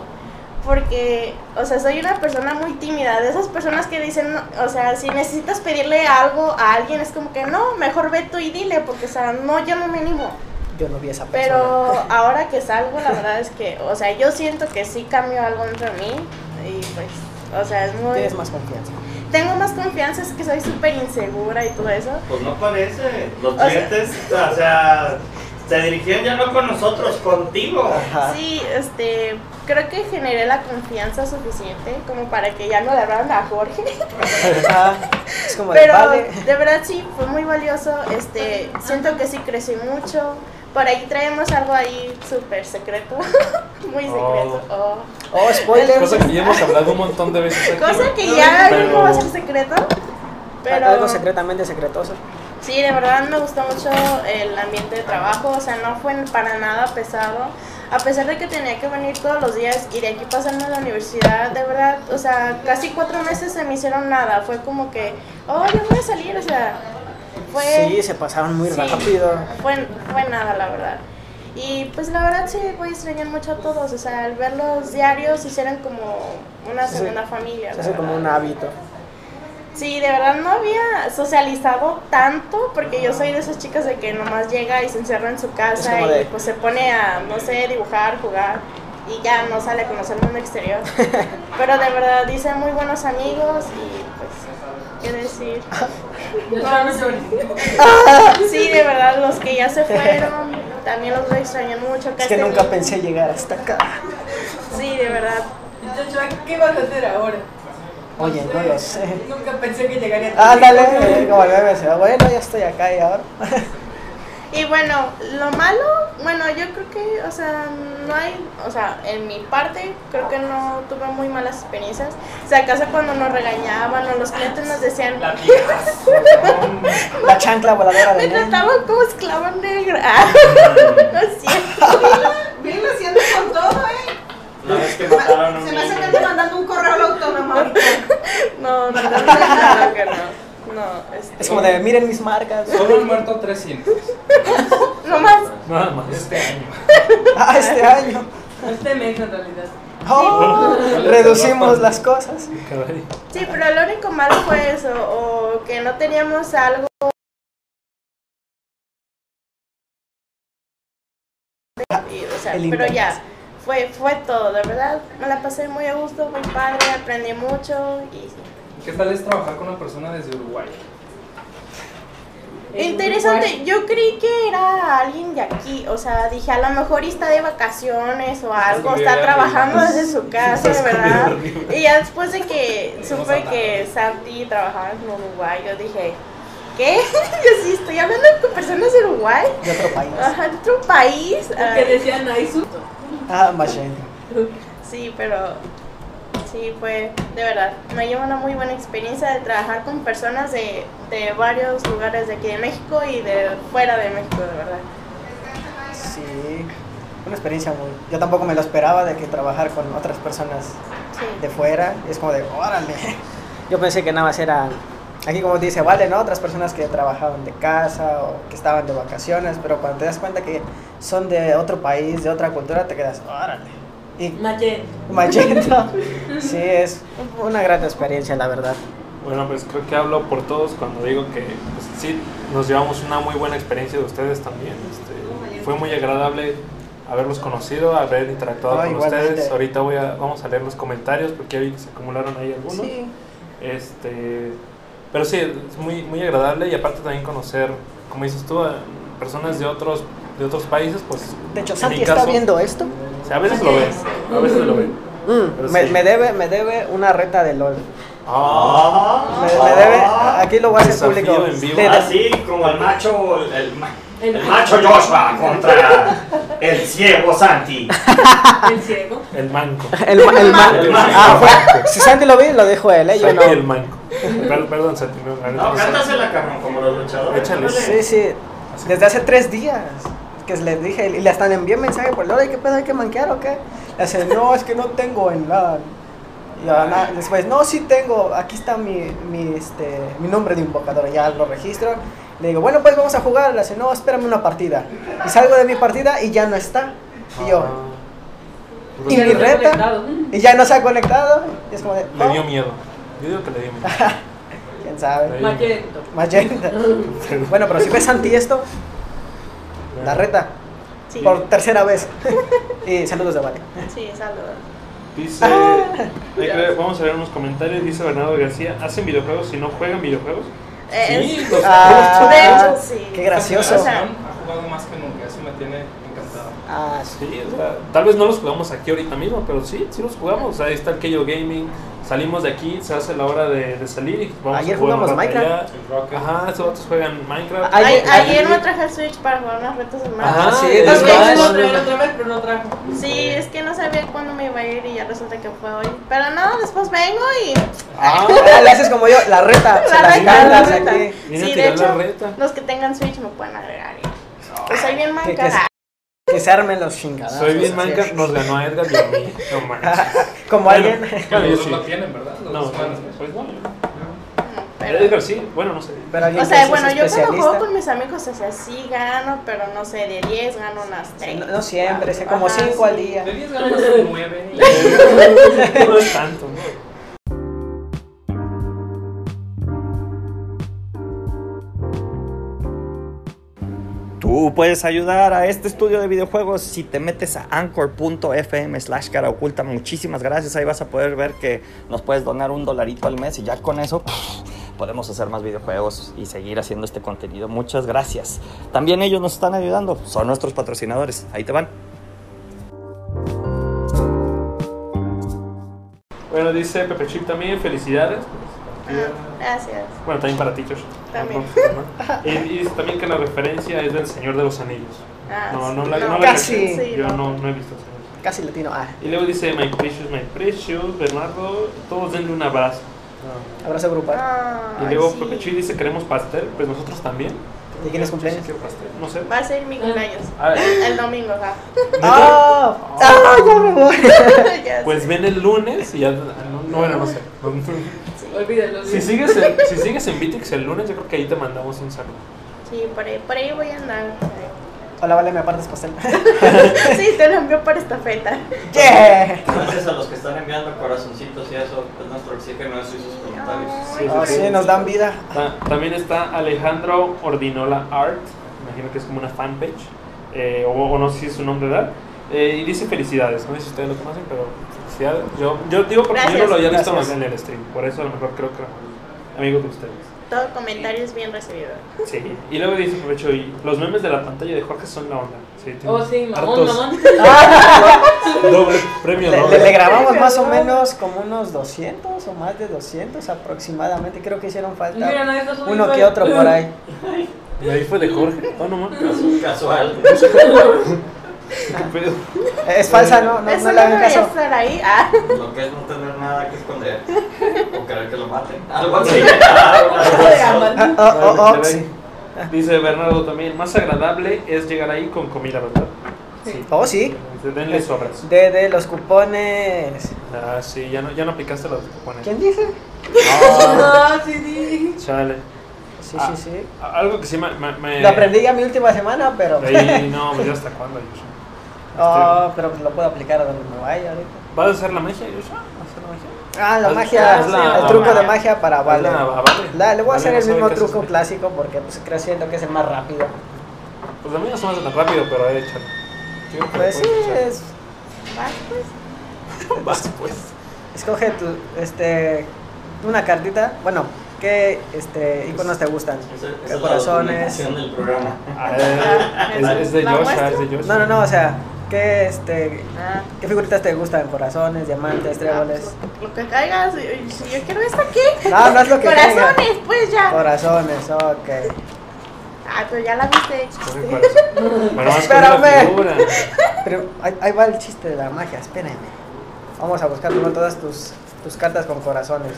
porque, o sea, soy una persona muy tímida, de esas personas que dicen, no, o sea, si necesitas pedirle algo a alguien, es como que no, mejor ve tú y dile, porque, o sea, no, yo no me animo.
Yo no vi a esa persona.
Pero ahora que salgo, la verdad es que, o sea, yo siento que sí cambió algo dentro de mí y pues, o sea, es muy...
Tienes más confianza.
Tengo más confianza, es que soy súper insegura y todo eso.
Pues no parece. Los
O sea-
clientes, o sea, se dirigían ya no con nosotros, contigo.
Ajá.
Sí, este, creo que generé la confianza suficiente como para que ya no le hablaran a Jorge.
Ajá. Es como de,
Pero
vale.
de verdad sí, fue muy valioso. Este, siento que sí crecí mucho. Por ahí traemos algo ahí súper secreto, muy secreto. oh.
Oh, spoiler.
Cosa que ya hemos hablado un montón de veces aquí.
Cosa que ya
Pero-
no va a ser secreto. Pero
Algo secretamente secretoso.
sí, de verdad me gustó mucho el ambiente de trabajo, o sea, no fue para nada pesado. A pesar de que tenía que venir todos los días y de aquí pasarme a la universidad, de verdad, o sea, casi cuatro meses se me hicieron nada. Fue como que, oh, yo voy a salir, o sea, fue...
Sí, se pasaron muy
Sí.
rápido.
fue, fue nada, la verdad. Y pues la verdad sí voy a extrañar mucho a todos, o sea, al ver los diarios hicieron como una
Sí, sí.
segunda familia.
Se
la
hace como
verdad.
un hábito.
Sí, de verdad no había socializado tanto porque yo soy de esas chicas de que nomás llega y se encierra en su
Es
casa y
como de-
pues se pone a, no sé, dibujar, jugar y ya no sale a conocer el mundo exterior. Pero de verdad hice muy buenos amigos y pues, ¿qué decir? Sí, de verdad, los que ya se fueron también los voy a extrañar mucho.
Es que
este
nunca
niño-
pensé llegar hasta acá.
Sí, de verdad.
¿qué vas a hacer ahora?
Oye, no lo sé.
Nunca pensé que llegaría a
Ándale, como el bebé se va, bueno, ya estoy acá y ahora.
Y bueno, lo malo, bueno, yo creo que, o sea, no hay, o sea, en mi parte creo que no tuve muy malas experiencias. O sea, acaso cuando nos regañaban o los clientes nos decían,
La viejas.
La chancla voladora
me
de Nemo.
trataban como esclava negra. Ah, no es cierto.
Bien lo haciendo con todo, ¿eh?
No es que mataron a un
Se me hace que
niño.
ando mandando un correo al autónomo ahorita.
No, no, no, no, claro que no. No, este,
Es como de, miren mis marcas.
Solo han muerto 300
no más.
Nada más.
este año.
Ah, este año.
Este mes, en realidad.
Oh, reducimos las cosas.
Caray.
Sí, pero lo único malo fue eso, o que no teníamos algo Y, o sea,
El
pero
internet.
ya, fue, fue todo, de verdad, me la pasé muy a gusto, muy padre, aprendí mucho y sí.
¿Qué tal es trabajar con una persona desde Uruguay?
Interesante, yo creí que era alguien de aquí, o sea, dije, a lo mejor está de vacaciones o algo, está trabajando desde su casa, ¿verdad? Y ya después de que supe que Santi trabajaba en Uruguay, yo dije, ¿qué? Yo sí estoy hablando con personas de Uruguay,
de otro país.
ajá, de otro país.
Que
Ay,
decían ahí su.
Ah, Machine.
Sí, pero sí fue, de verdad, me llevo una muy buena experiencia de trabajar con personas de, de varios lugares de aquí de México y de fuera de México, de verdad.
Sí. Una experiencia muy. Yo tampoco me lo esperaba de que trabajar con otras personas
Sí.
de fuera. Es como de, órale. Yo pensé que nada más era. Aquí, como dice, vale, ¿no? Otras personas que trabajaban de casa o que estaban de vacaciones, pero cuando te das cuenta que son de otro país, de otra cultura, te quedas, órale. Y
Mayen.
Magento. Sí, es una gran experiencia, la verdad.
Bueno, pues creo que hablo por todos cuando digo que pues, sí, nos llevamos una muy buena experiencia de ustedes también. este, fue muy agradable haberlos conocido, haber interactuado
Ah,
con
igualmente.
ustedes. Ahorita voy a, vamos a leer los comentarios porque ya vi que se acumularon ahí algunos. Este, pero sí, es muy, muy agradable y aparte también conocer, como dices tú, a personas de otros, de otros países, pues
De hecho,
En
Santi
mi
está
caso-
viendo esto.
o sea, a veces lo ves, a veces lo ven. Pero
me,
sí.
me debe, me debe una reta de LOL.
Ah,
Me,
Ah,
me debe, aquí lo voy a hacer
Desafío
público.
en vivo. Ah,
Le- le-
Así como el macho, el, ma-
El-
el macho Joshua contra el ciego Santi.
El ciego.
el manco.
el, ma- el ma-
El ma-
ah, fue- si Santi lo vi, lo dijo él, ¿eh? yo
Santi
no.
el manco. Perdón, perdón, Santi. no, la neta
No,
no sé.
cántasela, cabrón, como los luchadores.
Échale.
ándale.
Sí, Pues, sí. Desde hace tres días que les dije, y le hasta le envié mensaje por LOL, "Oye, ¿qué pedo? ¿Hay que manquear o qué? Le dice, no, es que no tengo en la. Y ya, na- después, no, sí tengo, aquí está mi, mi, este, mi nombre de invocador, ya lo registro. Le digo, bueno, pues vamos a jugar. Le dice, no, espérame una partida. Y salgo de mi partida y ya no está. Y yo,
Ah.
¿Y
Ya
mi
lo tengo
reta?
conectado. Mm.
y ya no se ha conectado. Y es como de,
Le dio
"Oh,
miedo. Yo digo que le dio miedo.
quién
Le dio
sabe.
miedo.
Mayento.
Más gente. Bueno, pero si ves Santi esto, la reta,
Sí,
por tercera vez. Y saludos de Vale.
sí, saludos.
Dice,
Ah.
hay que- vamos a ver unos comentarios. Dice Bernardo García, ¿hacen videojuegos si no juegan videojuegos?
Eh, Es-
Sí, los
Ah,
de hecho, sí.
qué gracioso.
O sea-
ha jugado más que nunca, eso me tiene encantado.
Ah, sí.
Sí, o sea, tal vez no los jugamos aquí ahorita mismo, pero sí, sí los jugamos. O sea, ahí está el Keyo Gaming. Salimos de aquí, se hace la hora de, de salir y vamos
Ayer
a jugar un
jugamos
rato
Minecraft.
allá.
El Rocket.
Ajá, estos otros juegan Minecraft.
Ay-
Ayer,
ay- Ah,
ayer me traje el Switch para jugar unas retas en
Ajá,
Minecraft.
sí,
el
Lo
es
que
más.
iba a traer otra vez, pero no trajo.
Sí, es que no sabía cuándo me iba a ir y ya resulta que fue hoy. Pero no, después vengo y.
Ah,
Ah, le haces como yo, la reta. se
La
las
reta, la
mandas
reta.
aquí.
Viene a
Sí, de
tirar la
hecho,
reta.
los que tengan Switch me pueden agregar. y- Pues soy bien
Que, que
mancada.
se- que se armen los chingados.
soy bien Minecraft, nos ganó a Edgar y a mí. No
Ah,
manches.
Como
Bueno,
alguien.
Bueno, yo
Los dos
sí.
lo tienen, ¿verdad? Los
No,
dos manos.
pues no.
Pero-
Edgar sí, bueno, no sé.
Pero alguien
O
que
sea,
es
bueno, yo cuando
especialista.
juego con mis amigos, o sea, sí gano, pero no sé, de 10 gano unas 3.
No, no siempre, sé como
Ajá,
5 al día.
De 10 ganas 9 y
No es tanto, ¿no?
Tú puedes ayudar a este estudio de videojuegos si te metes a anchor.fm slash cara oculta. Muchísimas gracias. Ahí vas a poder ver que nos puedes donar un dolarito al mes y ya con eso pff, podemos hacer más videojuegos y seguir haciendo este contenido. Muchas gracias. También ellos nos están ayudando. Son nuestros patrocinadores. Ahí te van.
Bueno, dice Pepe Chip también, felicidades.
Ah, Gracias.
Bueno, también para ti, Josh.
También.
Y, y dice también que la referencia es del Señor de los Anillos.
Ah,
No,
sí.
no la, no la
casi.
caché.
Sí,
Yo
no.
no, no he visto el Señor.
Casi latino. Ah,
Y luego dice My Precious, My Precious, Bernardo, todos denle un abrazo.
abrazo grupal.
Ah,
y luego
sí.
Pepe Chip dice queremos pastel, pues nosotros también.
¿De quién es cumpleaños?
Yo sí quiero pastel, no sé.
Va a ser mi cumpleaños.
A ver,
El domingo, ajá.
¡Ah! ¡Ah! ¡Ya me voy!
Ya
pues
sé.
ven el lunes y ya... ah, No, no, bueno, no sé.
Olvídalo.
Si sigues, en, si sigues en Vitex el lunes, yo creo que ahí te mandamos un saludo.
Sí, por ahí, por ahí voy a andar.
Hola, Vale, me apartas pastel.
Sí, te lo envío para esta feta.
¡Yeah!
Gracias a los que están enviando corazoncitos y eso, es nuestro oxígeno, eso y sus comentarios.
Sí,
Oh, sí, nos dan vida.
Ta- También está Alejandro Ordinola Art, imagino que es como una fanpage, eh, o, o no sé si es su nombre, ¿verdad? Eh, y dice felicidades, no sé si ustedes lo conocen, pero felicidades. Yo, yo digo porque yo no lo había visto
Gracias.
más en el stream, por eso a lo mejor creo que era amigo de ustedes.
Todo comentario es bien recibido.
Sí. Y luego dice, provecho, y los memes de la pantalla de Jorge son la onda. Sí, tiene
Oh, sí, mamón,
hartos
mamón.
Doble premio,
Le,
doble.
le- le grabamos más o menos como unos 200 o más de 200 aproximadamente. Creo que hicieron falta
Mira, no, eso es muy
uno que
bueno.
otro por ahí.
¿Y ahí fue de Jorge? Oh, no mames.
Casual.
¿Qué pedo?
Es falsa, ¿no? No,
Eso
no
no
le hagan
debería
caso.
estar ahí. Ah,
Lo que es no tener nada que esconder. O querer que lo maten. Algo así.
Ojo de Amán.
Ah, oh, oh, oh,
Dale, dale.
sí.
Dice Bernardo también, más agradable es llegar ahí con comida, ¿verdad? Sí.
Oh, sí.
Denle su abrazo.
De, de los cupones.
Ah, sí, ya no, ya no aplicaste los cupones.
¿Quién dice?
Ah, sí, sí.
Chale.
Sí,
Ah.
sí, sí.
A- Algo que sí me... me- me-
Lo aprendí ya mi última semana, pero.
Ahí, no, pues ya hasta cuándo, Yusha.
Oh, pero lo puedo aplicar a donde me vaya ahorita.
¿Vas a hacer la magia, Yusha? ¿Vas a hacer la magia?
Ah, la
Es-
magia,
es la-
el truco
la-
de magia para
Hazla,
Ah,
ah,
Vale.
vale.
La- le voy a
Vale,
hacer
no
el
sabe
mismo
qué hacer.
truco clásico porque pues creo siento que es el más rápido.
Pues la mía no hace tan rápido, pero eh, échale. Digo que
Pues sí,
le puedes echar.
es, Ah,
vas, pues.
Vas, pues.
escoge tu, este, una cartita, bueno, ¿qué este, iconos te gustan?
Esa- esa
¿Qué
es la
corazones?
documentación del programa.
Ah, eh, es, es de
¿La
Yosha, es
muestro?
de Yosha.
No, no, no, o sea, ¿qué, este,
Ah,
¿qué figuritas te gustan? ¿Corazones, diamantes, tréboles?
pues, lo, lo que caigas. Si, si yo quiero esta, ¿qué?
No, no es lo que
Corazones,
caiga.
pues ya.
Corazones, ok.
Ah, pero ya la viste.
Corre, corazón. Bueno, vas con la
Espérame.
figura.
Pero ahí, ahí va el chiste de la magia, espérame. Vamos a buscar primero todas tus, tus cartas con corazones.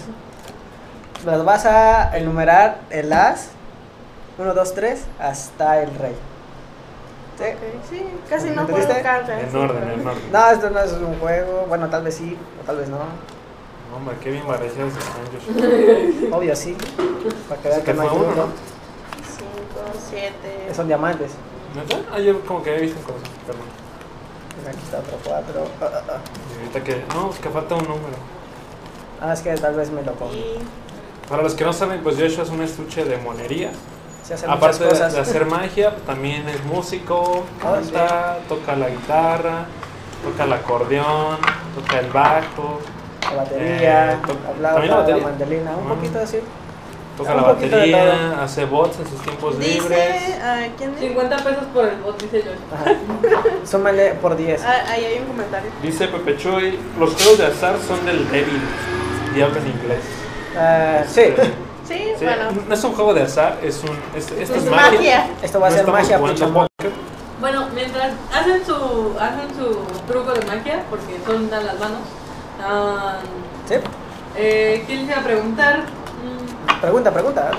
Las vas a enumerar el as, 1, 2, 3, hasta el rey. ¿Sí?
Ok, Sí, casi no puedo
¿Entendiste?
cartas.
En
sí,
orden, ¿eh?
pero-
en orden.
No, esto no es un juego. Bueno, tal vez sí, o tal vez no.
No, Hombre, qué bien barajados están, Yosha.
Obvio sí. Para que vean
Se
que
te
no hay
fue uno,
truco.
¿no?
5, 7.
Son diamantes.
¿Neta? Ah, yo como que había visto un corazón, perdón.
Aquí está otro Ah, 4.
Y ahorita que... No, es que falta un número.
Ah, es que tal vez me lo pongo.
Para los que no saben, pues Yosha es un estuche de monería.
Se hacen muchas
Aparte de,
cosas.
de hacer magia, también es músico,
Ah, sí.
canta, toca la guitarra, toca el acordeón, toca el bajo,
La batería,
Eh, to- ¿también
la
la
flauta, la,
batería?
mandolina, un
Ah.
poquito así.
toca
Un
la
poquito de
batería, hace bots en sus tiempos
Dice,
Pues libres.
ah, ¿quién dice?
50 pesos por el bot, dice yo.
Ajá. Súmale por 10.
Ah, ahí hay un comentario.
Dice Pepe Chuy, los juegos de azar son del débil y habla en inglés.
Ah, sí,
Sí,
Sí,
bueno.
No es un juego de azar, es un... Es, esto es,
Es
magia.
magia.
esto va a
No
ser
estamos
magia,
jugando
pinche
a
amor.
póker.
Bueno, mientras hacen su, hacen su truco de magia, porque son tan las manos, ah,
Sí,
eh, ¿qué les iba a preguntar? Mm,
pregunta, pregunta.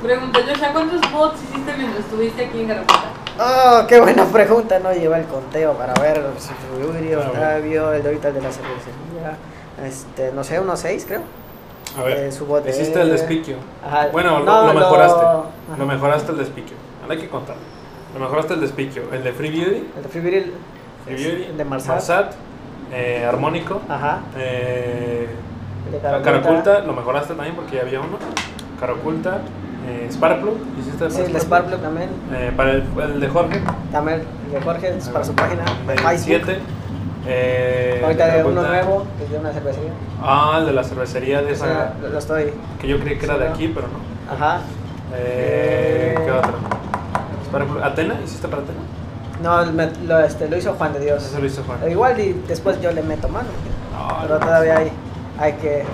Pregunta Joshua, ¿cuántos bots hiciste mientras estuviste aquí en Carapata?
Oh, qué buena pregunta. No lleva el conteo para ver si Yuri,
Claro.
Octavio, el de ahorita el de la cervecería. Este, no sé, unos 6 creo.
A ver,
Eh, su bote.
hiciste el despiquio.
Ajá.
Bueno, lo-
No,
lo,
lo-
mejoraste.
ajá.
Lo mejoraste el despiquio. Ahora hay que contar. Lo mejoraste el despiquio. El de Free Beauty.
El de Free Viril.
Free Beauty.
El de Marsat. Ah.
eh, Armónico.
Ajá.
Eh,
El de
Caraculta. Lo mejoraste también porque ya había uno. Caraculta. Eh, Sparkplug. Hiciste
Sí, el de Sparkplug también.
Eh, para el, el de Jorge.
También el de Jorge, es para su página. de
El
Facebook.
7. Eh,
Ahorita
el
de uno
Caraculta.
nuevo, que es de una cervecería.
Ah, el de la cervecería de
O sea,
esa.
lo estoy.
Que yo creí que era de aquí, pero no.
Ajá.
Eh, ¿Qué
Eh,
otra? Para ejemplo, ¿Atena? ¿Hiciste para Atena?
No, me- lo, este, lo hizo Juan de Dios.
Eso lo hizo Juan.
Pero Igual y después yo le meto mano.
Ah,
Pero
no.
todavía hay, hay que,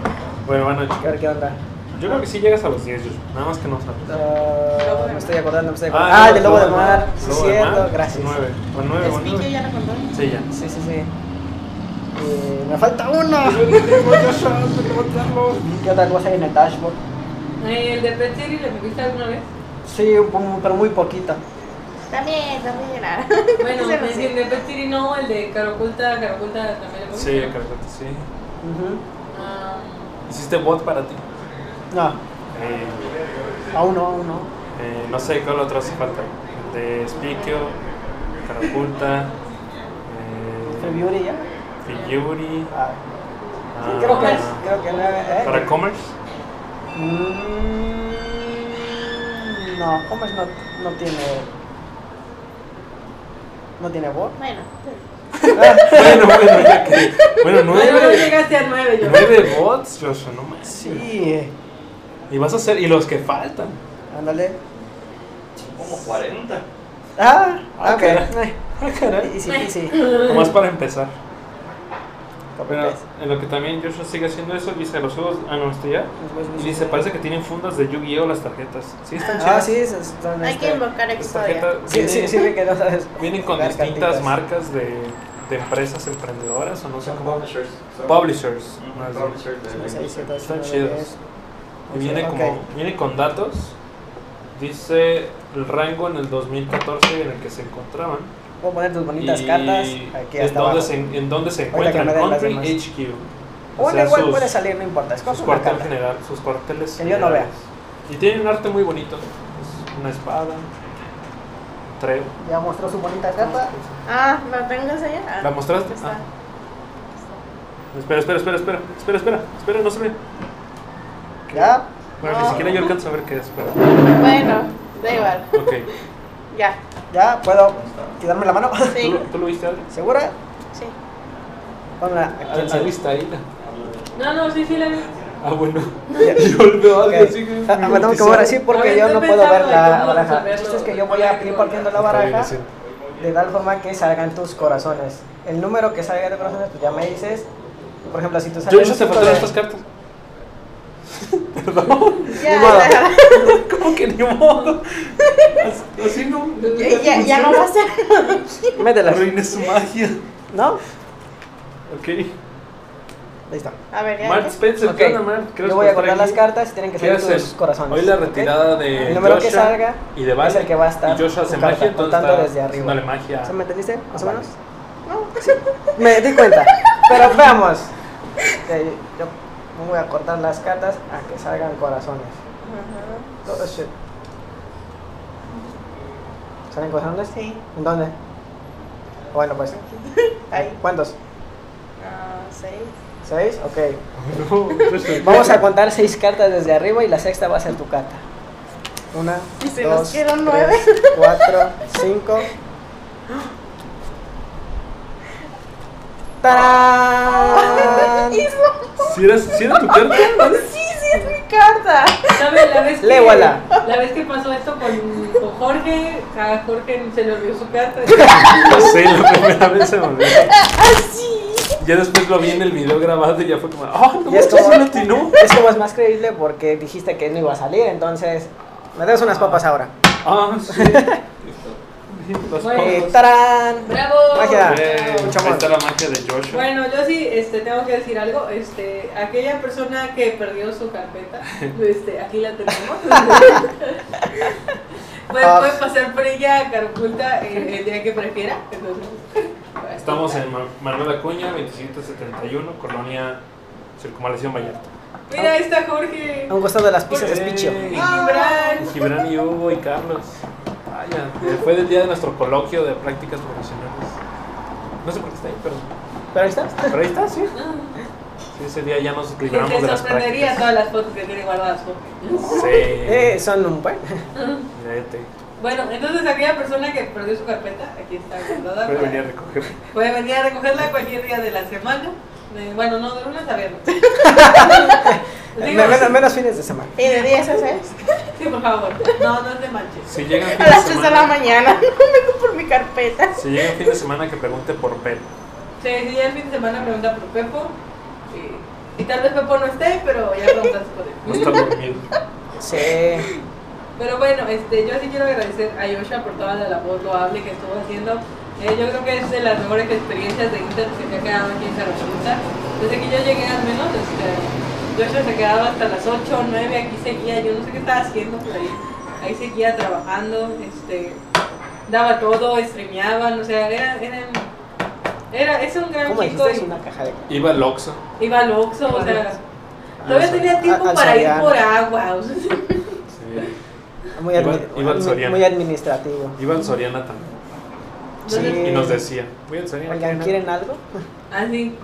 Bueno, bueno,
que ver qué onda.
yo creo que sí llegas a los 10, Joshua, nada más que no sabes.
Ah, me estoy acordando, me estoy acordando.
no,
Ah, el de Lobo de Mar. Sí,
Lobo de
cierto,
Mar,
gracias.
9, o 9, o 9.
Despique ya la contó.
Sí, ya.
Sí, sí, sí. Eh, me falta uno. ¿Qué otra cosa hay en el dashboard?
Eh, ¿El de Pet City le moviste alguna vez?
Sí, un- pero muy poquito.
También, también era.
Bueno,
Ese no
el
sé.
de Pet City no, el de Caraculta, Caraculta también le moviste.
Sí, Caraculta, sí.
Ujú.
Ah,
¿Hiciste bot para ti?
No,
Eh,
aún no, aún no.
eh, no sé cuál otro hace falta. El de Spikio, Caraculta,
Free
eh,
Beauty ya.
Fiyuri.
Ah, sí, creo que es, creo que no. eh.
Ah. ¿Para Commerce?
Mm, No, Commerce no, no tiene. No tiene voz.
Bueno,
Bueno, bueno, ya que. Bueno,
No, no
nueve.
llegaste a nueve, yo.
Nueve bots, Joshua, no más.
Sí.
Y vas a hacer, y los que faltan.
Ándale.
Son como 40.
Ah,
Ah,
ok.
caray. Ah,
Y-
caray.
Y sí, y sí.
Nomás para empezar.
Copy
Pero
paste.
en lo que también Joshua sigue haciendo eso, dice los juegos. Ah, no, estoy ya.
Los güeyes
Y
muy
dice,
chidos.
parece que tienen fundas de Yu-Gi-Oh! las tarjetas. Sí, están chidas.
Ah, sí, esas son,
Hay que
este,
invocar a
Las
Exodia.
tarjetas
Sí, sí,
vienen-
sí, vi que no sabes.
Vienen con
jugar
distintas
cartitas.
marcas de, de empresas emprendedoras o no sé
Son
cómo.
publishers. Son
Publishers.
Ujú,
más bien.
Publishers de
Seis, siete, ocho,
Están
nueve,
chidos.
diez.
Y viene,
Ok.
como, viene con datos. Dice el rango en el 2014 en el que se encontraban.
Puedo poner tus bonitas
y
cartas aquí
en
hasta
dónde,
abajo.
se, en dónde se
Ahorita que
encuentran.
me den las
Country
demás.
HQ. O
Una
sea,
igual
sus-
puede salir, no importa. Escoge
sus
una
cuartel
carta.
general, sus cuarteles
Que yo no
generales. Y tiene un arte muy bonito. Es una espada, treo.
Ya mostró su bonita carta.
Ah, ¿la tengo enseñada?
¿La mostraste?
Está.
Ah. Espera, espera, espera, espera, espera, espera, espera, no se ve.
Ya.
Bueno, ni
No.
siquiera yo alcanzo a ver qué es, pero.
Bueno, da igual.
Ok.
Ya,
Ya, puedo quitarme la mano.
¿Tú,
sí,
lo- tú lo viste, Adri?
¿Segura?
sí.
Ponla aquí
Adri
encima.
está ahí.
No, no, sí, sí, la vi.
Ah, bueno.
Ya.
Yo lo veo a Adri
Ok.
así que.
Ah, Me tengo que mover así porque yo
Ahorita
no puedo ver
pensando en
la
cómo
baraja. El
resolverlo.
chiste es que yo voy a ir partiendo la
Está bien,
baraja
así.
de tal forma que salgan tus corazones. El número que salga de corazones, pues ya me dices. Por ejemplo, si tú
Yo
sales. pues,
ya se
cinco
faltaron
de-
estas cartas. Perdón.
Ya,
modo.
ya,
¿Cómo que ni modo? Así, así no.
ya, ya, ya no va a ser.
Mételas.
Arruiné su magia.
¿No?
Ok.
Listo.
A ver, ya.
Mart Spencer,
pues, Ok.
¿qué onda, Mart? Gracias
Yo
por
voy a
estar
cortar
aquí.
las cartas y tienen que
¿Qué
salir
haces?
tus corazones.
Hoy la
¿ok?
retirada de
El número que
Joshua
salga
y de
es
Vale
el que va a estar
Y Joshua hace
tu carta,
magia, entonces
contando
está
desde arriba.
haciéndole magia.
¿Se me entendiste? ¿Más o
Vale.
menos? Sí, Me di cuenta. Pero veamos. Eh, yo voy a cortar las cartas a que salgan corazones.
Ajá.
Oh, shit. ¿Salen corazones?
Sí,
¿En dónde? Bueno, pues.
ahí.
¿Cuántos?
Ah, seis.
¿Seis? Ok.
No, pues, Joshua.
Vamos a contar seis cartas desde arriba y la sexta va a ser tu carta. Una,
Y se nos
dos, tres,
quedan nueve.
cuatro, cinco. ¡Tarán!
Si era, si era tu carta, ¿vale?
Sí, sí, es mi carta.
¿Sabe? La vez que,
Léguala.
La vez que pasó esto con, con Jorge, a Jorge se le olvidó su carta.
No sé, la primera vez se me olvidó.
Así.
Ya después lo vi en el video grabado y ya fue como, ¡ah, no
Y es
manches,
como,
sí le atinó!
esto es más creíble porque dijiste que no iba a salir, entonces me das unas papas ahora.
¡Ah, sí! Las
Bueno.
papas.
Eh, ¡Tarán!
¡Bravo!
Magia.
Bien,
Mucho
Ahí
amor.
está la magia de Joshua.
Bueno, yo sí este, tengo que decir algo. Este, aquella persona que perdió su carpeta, este, aquí la tenemos. Puede- puede pasar por ella a Carculta el, el día que prefiera. Entonces,
Estamos en Ma- Manuel Acuña, 2771, Colonia Circunvalación Vallarta.
Mira, ahí está Jorge.
A un costado de las pizzas es picho.
Y
Ey.
Gibran.
Y Gibran y Hugo y Carlos. Vaya, fue del día de nuestro coloquio de prácticas profesionales. No sé por qué está ahí, pero,
Pero ahí está.
pero ahí está, sí.
Ah,
Sí, Ese día ya nos
y
libramos
Te
de las
sorprendería
prácticas.
todas las fotos que tiene guardadas Jorge.
Eh,
Sí.
son un buen.
Mira, ya te-
Bueno, entonces aquella persona que perdió su carpeta, aquí está guardada.
Voy a
para-
venir a recoger.
Puede venir a recogerla cualquier día de la semana. Eh, bueno, no, de lunes a viernes. Digo,
Me- menos, menos fines de semana.
Y de 10 a 6.
Sí, por favor. No, no es de manches.
Si llega fin
A
de
las 3 de la
semana,
mañana. Vengo por mi carpeta.
si llega fin de semana que pregunte por Pel.
Sí, sí, ya el fin de semana pregunta por Pepo. Y, y tal vez Pepo no esté, pero ya preguntas por
No
él.
está dormido.
Sí.
Pero bueno, este, yo sí quiero agradecer a Yosha por toda la labor loable que estuvo haciendo. Eh, yo creo que es de las mejores experiencias de Inter que se ha quedado aquí en Zaragoza. Desde que yo llegué al menos, este, Yosha se quedaba hasta las 8 o 9, aquí seguía, yo no sé qué estaba haciendo por ahí. Ahí seguía trabajando, este, daba todo, streameaban, o sea, era, era, era- es un gran
¿Cómo
chico
dijiste? Es
y-
una caja de.
Iba al Oxxo.
iba al Oxxo, o sea,
Ah,
todavía tenía tiempo
al
para ir
Soriana.
por agua, o sea,
Sí.
Muy,
Iba-
admi-
iba al
muy-
Soriana.
muy administrativo.
Iba al Soriana también.
entonces,
Sí.
Y nos decía, voy al Soriana.
Oigan, ¿quieren algo?
Así.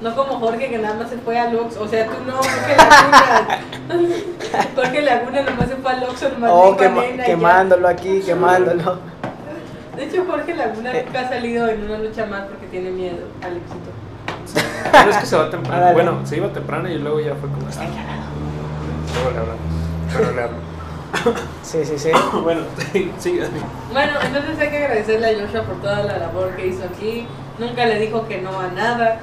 No como Jorge que nada más se fue al Oxxo. O sea, tú no, Jorge Laguna. Jorge Laguna nomás se fue al Oxxo, nomás
Oh,
dijo a
quema-
nena y ya.
quemándolo aquí, quemándolo.
De hecho, Jorge Laguna
Eh.
nunca ha salido en una lucha más porque tiene miedo al éxito.
Pero es que se va temprano.
Ándale.
Bueno, se iba temprano y luego ya fue como. ah, Luego le hablamos. Pero le hablo.
Sí, sí, sí.
Bueno, sí, Dani.
Bueno, entonces hay que agradecerle a Joshua por toda la labor que hizo aquí. Nunca le dijo que no a nada.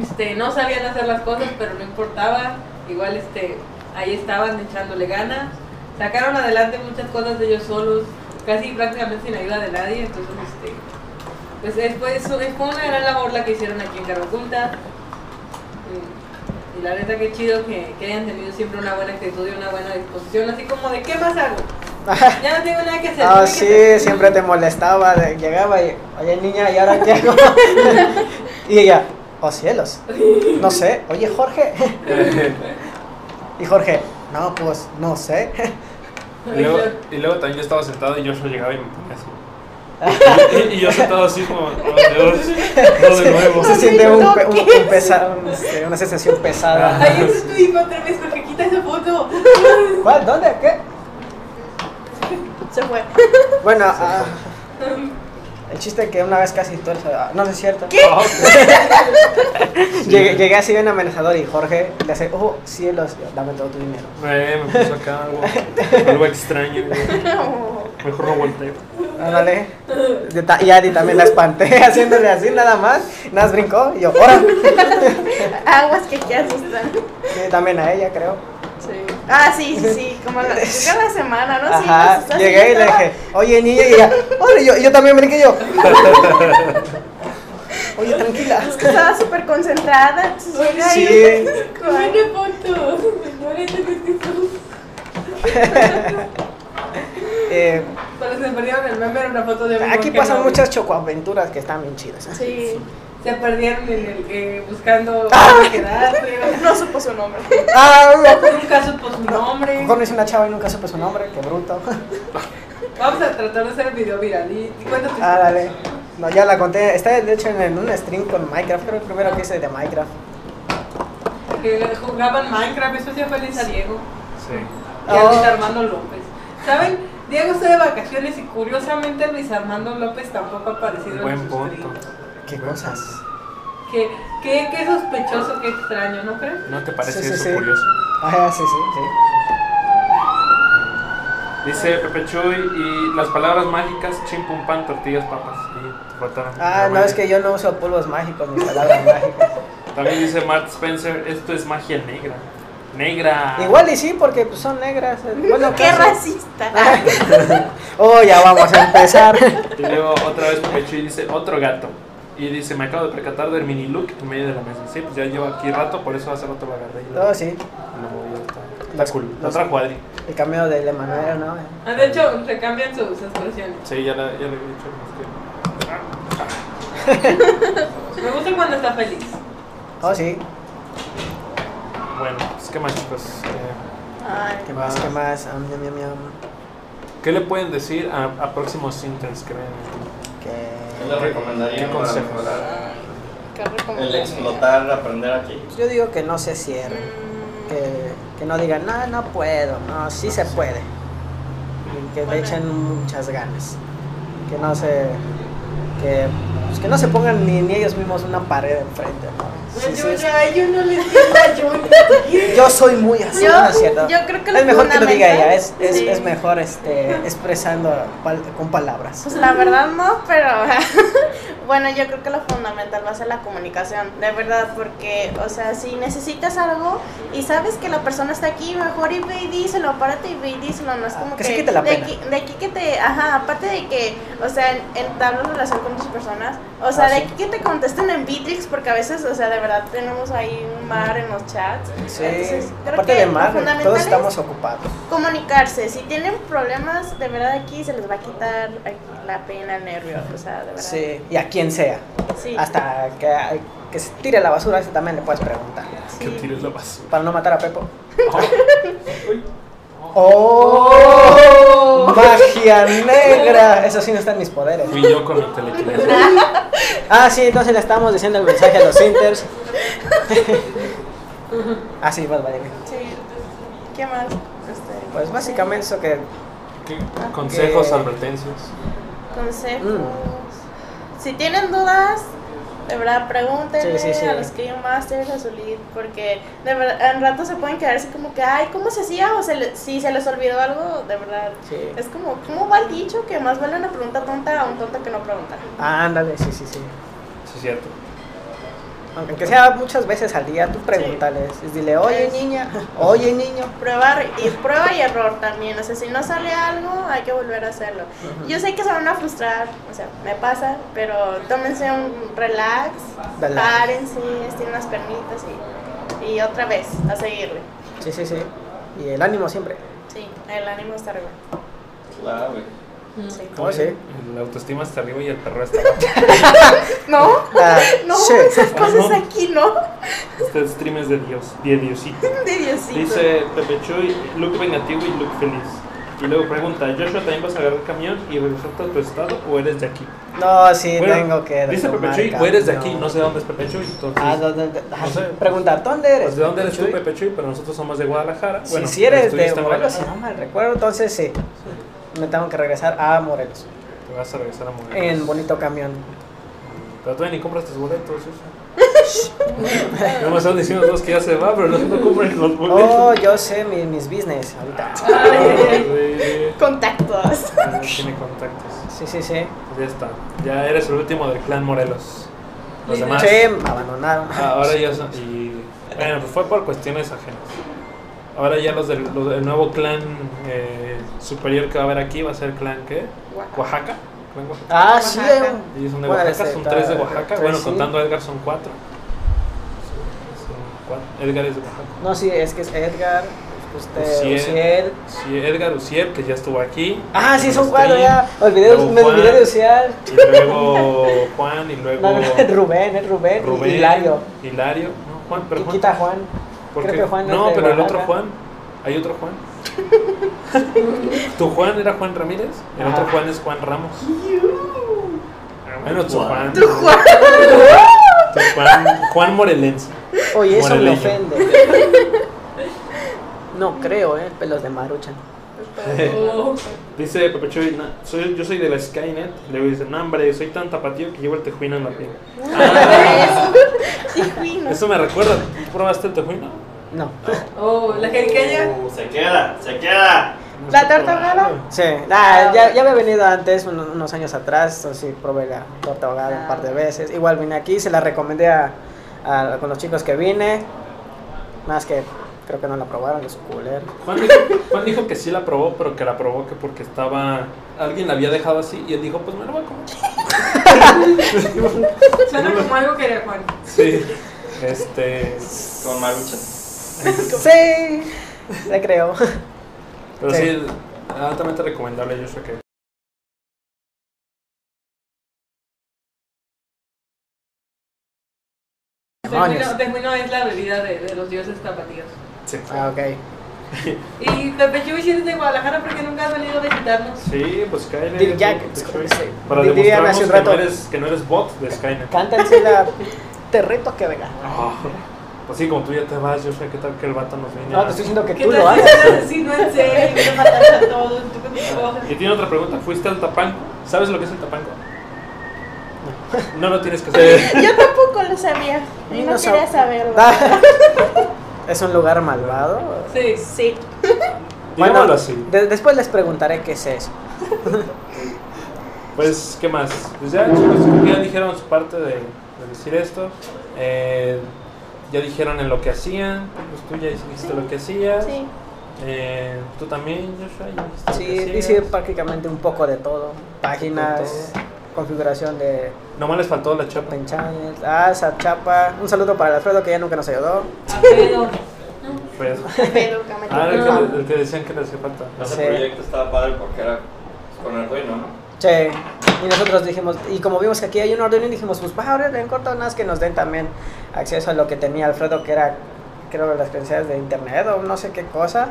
Este, no sabían hacer las cosas, pero no importaba. Igual este, ahí estaban echándole ganas. Sacaron adelante muchas cosas de ellos solos, casi prácticamente sin ayuda de nadie. Entonces, este, pues es, fue- es- es- fue una gran labor la que hicieron aquí en Caraculta. Y, y la neta que chido que, que hayan tenido siempre una buena actitud y una buena disposición, así como de ¿qué más hago? Ya no tengo nada que hacer.
Ah,
tuve que
sí,
hacer.
siempre te molestaba, de- llegaba y, oye niña, ¿y ahora qué hago? y ella, oh cielos, no sé, oye Jorge.
Eh,
y Jorge, no, pues no sé.
Y luego, y luego también yo estaba sentado y Joshua llegaba y me ponía así. Y, y yo sentado así como, oh, Dios, no de nuevo.
Se
Oye,
siente un,
¿no
pe- un-
qué?
un pesa- un- este, una sensación pesada.
Ahí está tu hijo otra vez porque quita esa foto.
¿Cuál? ¿Dónde? ¿Qué?
Se fue.
Bueno, ah, el chiste que una vez casi tú eres- ah, no, no es cierto.
Ah,
Llegué, llegué así bien amenazador y Jorge le hace, oh cielos, yo, dame todo tu dinero.
eh, me puso acá algo, algo extraño. eh. Mejor no volteo.
Ándale. Yo ta- Y Ari también la espanté haciéndole así nada más. Nada más brincó y yo, ¡hora!
Aguas que te asustan.
Sí, también a ella, creo.
Sí. Ah, sí, sí, sí. Como la, cada semana, ¿no? Ah, Sí, pues,
Ajá.
nos estás
Llegué y le
viendo.
dije, oye niña, y ella, "Órale", y yo, y yo también brinqué y yo. Oye, tranquila.
Es que estaba súper concentrada. entonces, llega y-
Sí.
Buena foto. No le tengo que hacer.
Eh,
Pero se perdieron el meme, era una foto de un
aquí
que no
pasan
vi.
muchas chocoaventuras que están bien chidas. ¿eh?
Sí.
Se perdieron en el eh, buscando dónde quedarse.
No supo su nombre.
Ah, no.
Nunca supo su nombre.
Conocí una chava y nunca supe su nombre, qué bruto.
Vamos a tratar de hacer el video viral. Y, y cuéntate.
Ah, dale. No, ya la conté. Está de hecho en, en un stream con Minecraft, creo que el primero que hice de Minecraft.
Que jugaban Minecraft, eso hacía feliz a Diego.
Sí.
Y a
Oh.
Luis Armando López. ¿Saben? Diego está de vacaciones y curiosamente Luis Armando López tampoco ha aparecido en
Buen
sus
punto.
streams.
Qué cosas.
Qué, qué, qué sospechoso, qué extraño, ¿no crees?
¿No te parece
Sí, sí,
eso
sí.
curioso?
Ah, sí, sí, sí.
Dice Pepe Chuy y las palabras mágicas, chim pum pan, tortillas, papas. Y te faltaron.
Ah, no, es que yo no uso polvos mágicos ni palabras mágicas.
También dice Mart Spencer, esto es magia negra. Negra.
Igual y sí, porque pues, son negras. eh, Bueno,
Qué
pues,
racista.
Oh, ya vamos a empezar.
Y luego otra vez Pepe Chuy dice, otro gato. Y dice, me acabo de percatar del mini look en medio de la mesa. Sí, pues ya llevo aquí rato, por eso hace rato lo agarré. Y lo,
Todo sí.
lo moví. Está,
Los-
está cool.
los-
Otra cuadri.
El cameo del Emanuel, ¿no?
Ah, De hecho, se cambian sus expresiones.
Sí, ya, la, ya lo he dicho. es
Me gusta cuando está feliz.
Oh, sí.
que- Bueno, pues qué más chicos. Eh,
Ay.
¿Qué más? ¿Qué más? Am, ñam, ñam, ñam.
¿Qué le pueden decir a, a próximos interns que ven?
Que-
les recomendaría
¿Qué consejos?
mejorar
Qué
el
recomendación.
explotar, aprender aquí?
Yo digo que no se cierren.
Mm,
Que, que no digan, no, no puedo. No, sí se puede. Y que le echen muchas ganas. Que no se. Que, pues, que no se pongan ni, ni ellos mismos una pared enfrente, ¿no? Sí, sí,
yo,
es-
ya, yo no les digo a Junior.
Yo soy muy así,
Yo-
¿no es cierto?
yo creo que lo
es mejor que lo diga
fundamental-
ella, es, es,
sí.
es mejor este, expresando pal- con palabras.
Pues la verdad no, pero bueno, yo creo que lo fundamental va a ser la comunicación, de verdad, porque, o sea, si necesitas algo y sabes que la persona está aquí, mejor y ve y díselo, párate y ve y díselo, no es
Ah,
como
que se quite la
de,
pena.
aquí, de aquí que te, ajá, aparte de que, o sea, en- entablas relación con otras personas, o sea,
Ah,
de
sí.
aquí que te contesten en Bitrix, porque a veces, o sea, de verdad tenemos ahí un mar en los chats,
Sí,
Pues, entonces creo
aparte
que
de
lo
mar,
fundamental
todos
es-
estamos ocupados.
comunicarse. Si tienen problemas, de verdad aquí se les va a quitar aquí la pena, el nervio. O sea, de verdad.
Sí, y a quien sea,
Sí.
hasta que, que se tire la basura, ese también le puedes preguntar.
Sí.
Que tires la basura.
Para no matar a Pepo.
Uy.
¡Oh! ¡Magia negra! Eso sí no está en mis poderes.
Fui yo con el telequinesis.
Ah, sí, entonces le estamos diciendo el mensaje a los Inters. ah, sí, vas, Valeria.
Sí. ¿Qué más? Este,
Pues básicamente eso que
¿Qué Consejos,
Ok.
advertencias.
Consejos.
Mm.
Si tienen dudas, De verdad, pregúntenle
Sí, sí, sí.
a los Game Masters, a su lead, porque de verdad, en rato se pueden quedarse como que, ay, ¿cómo se hacía? O se le- si se les olvidó algo, de verdad.
Sí.
Es como, ¿cómo va el dicho? Que más vale una pregunta tonta a un tonto que no pregunta.
Ándale, sí, sí, sí.
Sí, es cierto.
Aunque sea muchas veces al día, tú pregúntales. y Dile, oye niña, oye niño.
Prueba y, prueba y error también. O sea, si no sale algo, hay que volver a hacerlo. Yo sé que se van a frustrar, o sea, me pasa, pero tómense un relax,
Relax.
párense, estiren las pernitas y, y otra vez a seguirle.
Sí, sí, sí. Y el ánimo siempre.
Sí, el ánimo está arriba.
Clave.
Mm.
Sí.
Oh, sí.
La autoestima está arriba y el perro está abajo.
No,
Ah,
no,
shit.
esas cosas aquí no.
Este stream es de Dios, de Diosito.
De
pues.
Diosito.
Dice Pepe Chuy, look vengativo y look feliz. Y luego pregunta, ¿Joshua también vas a agarrar el camión y regresarte a tu estado o eres de aquí?
No, sí,
Bueno,
tengo que.
Dice Pepe
retomar
Chuy, o
camino.
eres de aquí, no sé dónde es Pepe Chuy. Entonces,
Ah, ¿dónde- dónde- ah,
No sé.
Preguntar, ¿dónde eres?
pues, ¿de dónde eres tú,
Chuy?
Pepe Chuy? Pero nosotros somos de Guadalajara.
Si-
Bueno,
si eres de
estuviste en
Morelos, si no
Guadalajara,
mal recuerdo, entonces sí. Me tengo que regresar a Morelos.
Te vas a regresar a Morelos.
En bonito camión.
Pero todavía ni compras tus boletos, Joshua. Nada más están diciendo los dos que ya se va, pero no, no compran los boletos.
Oh, yo sé mi- mis business ahorita.
Contactos.
Ah, sí, tiene contactos.
Sí, sí, sí.
Ya está. Ya eres el último del clan Morelos. Los demás.
Sí, me abandonaron.
Ah, ahora ya son. Y, bueno, pues fue por cuestiones ajenas. Ahora ya los del, los del nuevo clan eh, superior que va a haber aquí va a ser clan ¿qué?
Oaxaca.
Oaxaca. Clan Oaxaca.
Ah, sí.
Oaxaca.
Ellos son de
Bueno,
Oaxaca,
este,
son
está-
tres de Oaxaca.
tres,
Bueno,
sí.
contando a Edgar son cuatro. Son cuatro. Edgar es de Oaxaca.
No, sí, es que es Edgar, usted,
Uciel.
Uciel.
Sí, Edgar Uciel, que ya estuvo aquí.
Ah, sí, son
Los
cuatro
Trin,
ya. Olvidé,
luego
me olvidé de
Este, Juan,
Uciel.
Y luego Juan, y
No,
luego
no, Rubén, es Rubén.
Rubén.
y Hilario.
Hilario. No, Juan, pero
Y
Juan.
quita Juan.
¿Por
Creo
qué?
que Juan es
no,
de
pero el otro
Oaxaca.
Juan. Hay otro Juan. ¿Tu Juan era Juan Ramírez? El
Ajá.
otro Juan es Juan Ramos. Bueno, tu Juan.
Tu Juan.
Tu Juan, Juan Morelense.
Oye, eso me
Moreleño.
ofende. No creo, eh, pelos de maruchan.
Oh.
Dice Pepe Chuy, "Na- soy, yo soy de la Skynet. Le dice, no, hombre, soy tan tapatío que llevo el tejuino en la piel. Ah,
Tijuino.
eso me recuerda. ¿Tú probaste el tejuino?
No.
Ah.
Oh, la jericaya.
Uh, se queda, se queda.
¿La torta ahogada?
Sí, ah, ya, ya había venido antes, uno- unos años atrás, o sí, probé la torta ahogada un par de veces. Igual vine aquí, se la recomendé a, a- con los chicos que vine. Más que creo que no la probaron, los culeros.
Juan dijo, Juan dijo que sí la probó, pero que la probó que porque estaba. Alguien la había dejado así y él dijo, pues me la voy a comer.
Suena como algo que haría Juan.
sí. Este.
Con Maruchan.
Sí, le creo.
Pero
Sí.
sí, altamente recomendable, yo sé que.
Demonios.
Tejuino tejuino es la bebida de, de los dioses tapatíos.
Sí.
Ah, ok.
Y Pepe Chuy, si eres de Guadalajara, ¿por qué nunca has venido a visitarnos?
Sí, pues Skynet.
Dir- ya,
Pepe
sí.
Chuy. Para
Dirían
demostrarnos
hace
que
un
no,
rato.
eres, que no eres bot de Skynet.
Cántense la. Te reto que venga.
Ah, pues sí, como tú ya te vas, yo sé qué tal que el vato nos viene.
No,
a-
te estoy diciendo que
¿Qué
tú lo
tal
hagas.
si no- si no en serio? Que te matas a todos, tú con tus cosas.
Y tiene otra pregunta, ¿fuiste al Tapanco? ¿Sabes lo que es el Tapanco? No lo tienes que
Eh,
saber.
Yo tampoco lo sabía y no,
No sab-
quería saberlo.
Ah, ¿Es un lugar malvado?
Sí.
Sí.
Digámoslo así.
de- después les preguntaré qué es eso.
Pues, ¿qué más? Pues ya, chicos, creo que ya dijeron su parte de, de decir esto. Eh, ya dijeron en lo que hacían. Pues tú ya dijiste lo que hacías.
Sí.
Eh, tú también, Joshua, ya dijiste
Sí,
lo que
dice
hacías.
prácticamente un poco de todo. Páginas, configuración de
Nomás les faltó la chapa.
Open Channels, ah, esa chapa. Un saludo para el Alfredo que ya nunca nos ayudó.
A pedo.
Pues,
Pero,
ah,
camarita.
era el que, el que decían que le hacía falta.
Ese
Sí.
proyecto estaba padre porque era con Arduino, ¿no?
Che, y nosotros dijimos, y como vimos que aquí hay un orden, dijimos, pues va, ahora en corto nada más que nos den también acceso a lo que tenía Alfredo, que era, creo, las credenciales de internet o no sé qué cosa.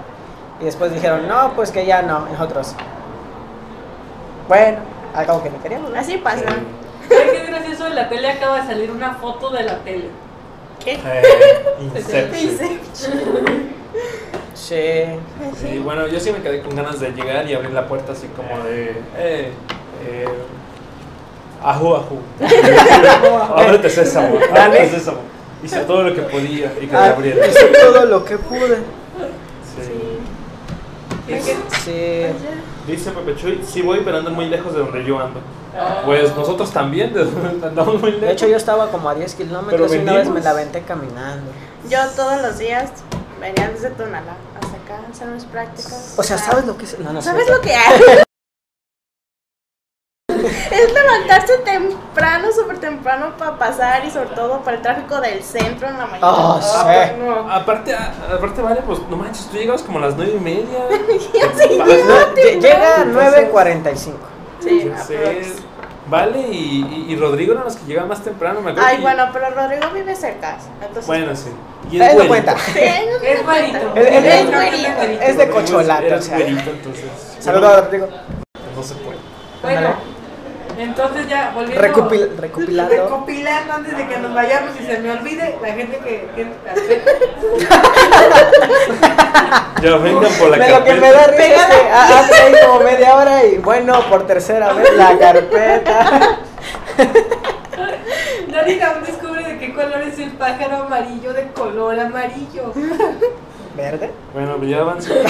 Y después dijeron, no, pues que ya no, nosotros. Bueno, algo que no queríamos, ¿no?
Así pasa.
¿Sabes qué es gracioso? En la tele acaba de salir una foto de la tele.
¿Qué?
Eh,
¿Qué
Inception.
hice?
Che,
Y bueno, yo sí me quedé con ganas de llegar y abrir la puerta así como de, eh, eh, Ajú, ajú. Ábrete sésamo, ábrete sésamo. Hice todo lo que podía y que te
Ah,
abriera.
hice todo lo que pude.
Sí.
Sí.
Pues
Dice Pepe Chuy, sí voy, pero ando muy lejos de donde yo ando. Pues nosotros también de donde andamos muy lejos.
De hecho, yo estaba como a 10 kilómetros y una vez me
venimos.
la aventé caminando.
Yo todos los días venía desde Tonalá hasta acá a hacer mis prácticas.
O sea, ¿sabes lo que es? No, no, es
¿Sabes lo
cierto.
que hay? es levantarse temprano, súper temprano para pasar y sobre todo para el tráfico del centro en la mañana.
Oh, sí.
No, aparte, a- aparte, vale, pues no manches, tú llegabas como a las nueve y media.
Pues no, lle- llega a
Entonces-
9.45.
Sí,
Entonces,
aprox.
Vale, y, y- y Rodrigo eran los que llegaban más temprano, me acuerdo.
Ay,
y-
bueno, pero Rodrigo vive cerca. Entonces,
Bueno, sí. Y
Ahí lo
güerito.
cuenta.
Sí, no me
Es
cuenta.
güerito.
Es-
Es
es- es-
güerito.
Es de
Rodrigo
Cocholato,
era
o sea.
güerito, entonces.
Saludos, Rodrigo.
bueno, No se puede.
Bueno, entonces ya volviendo.
Recopil- recopilando.
Recopilando antes de que nos vayamos y se me olvide la gente que tiene
Ya vengan por la
Me- lo que me da risa es que ha- hace ahí como media hora y bueno, por tercera vez la carpeta.
Nadie aún descubre de qué color es el pájaro amarillo de color amarillo.
¿Verde?
Bueno, ya van 50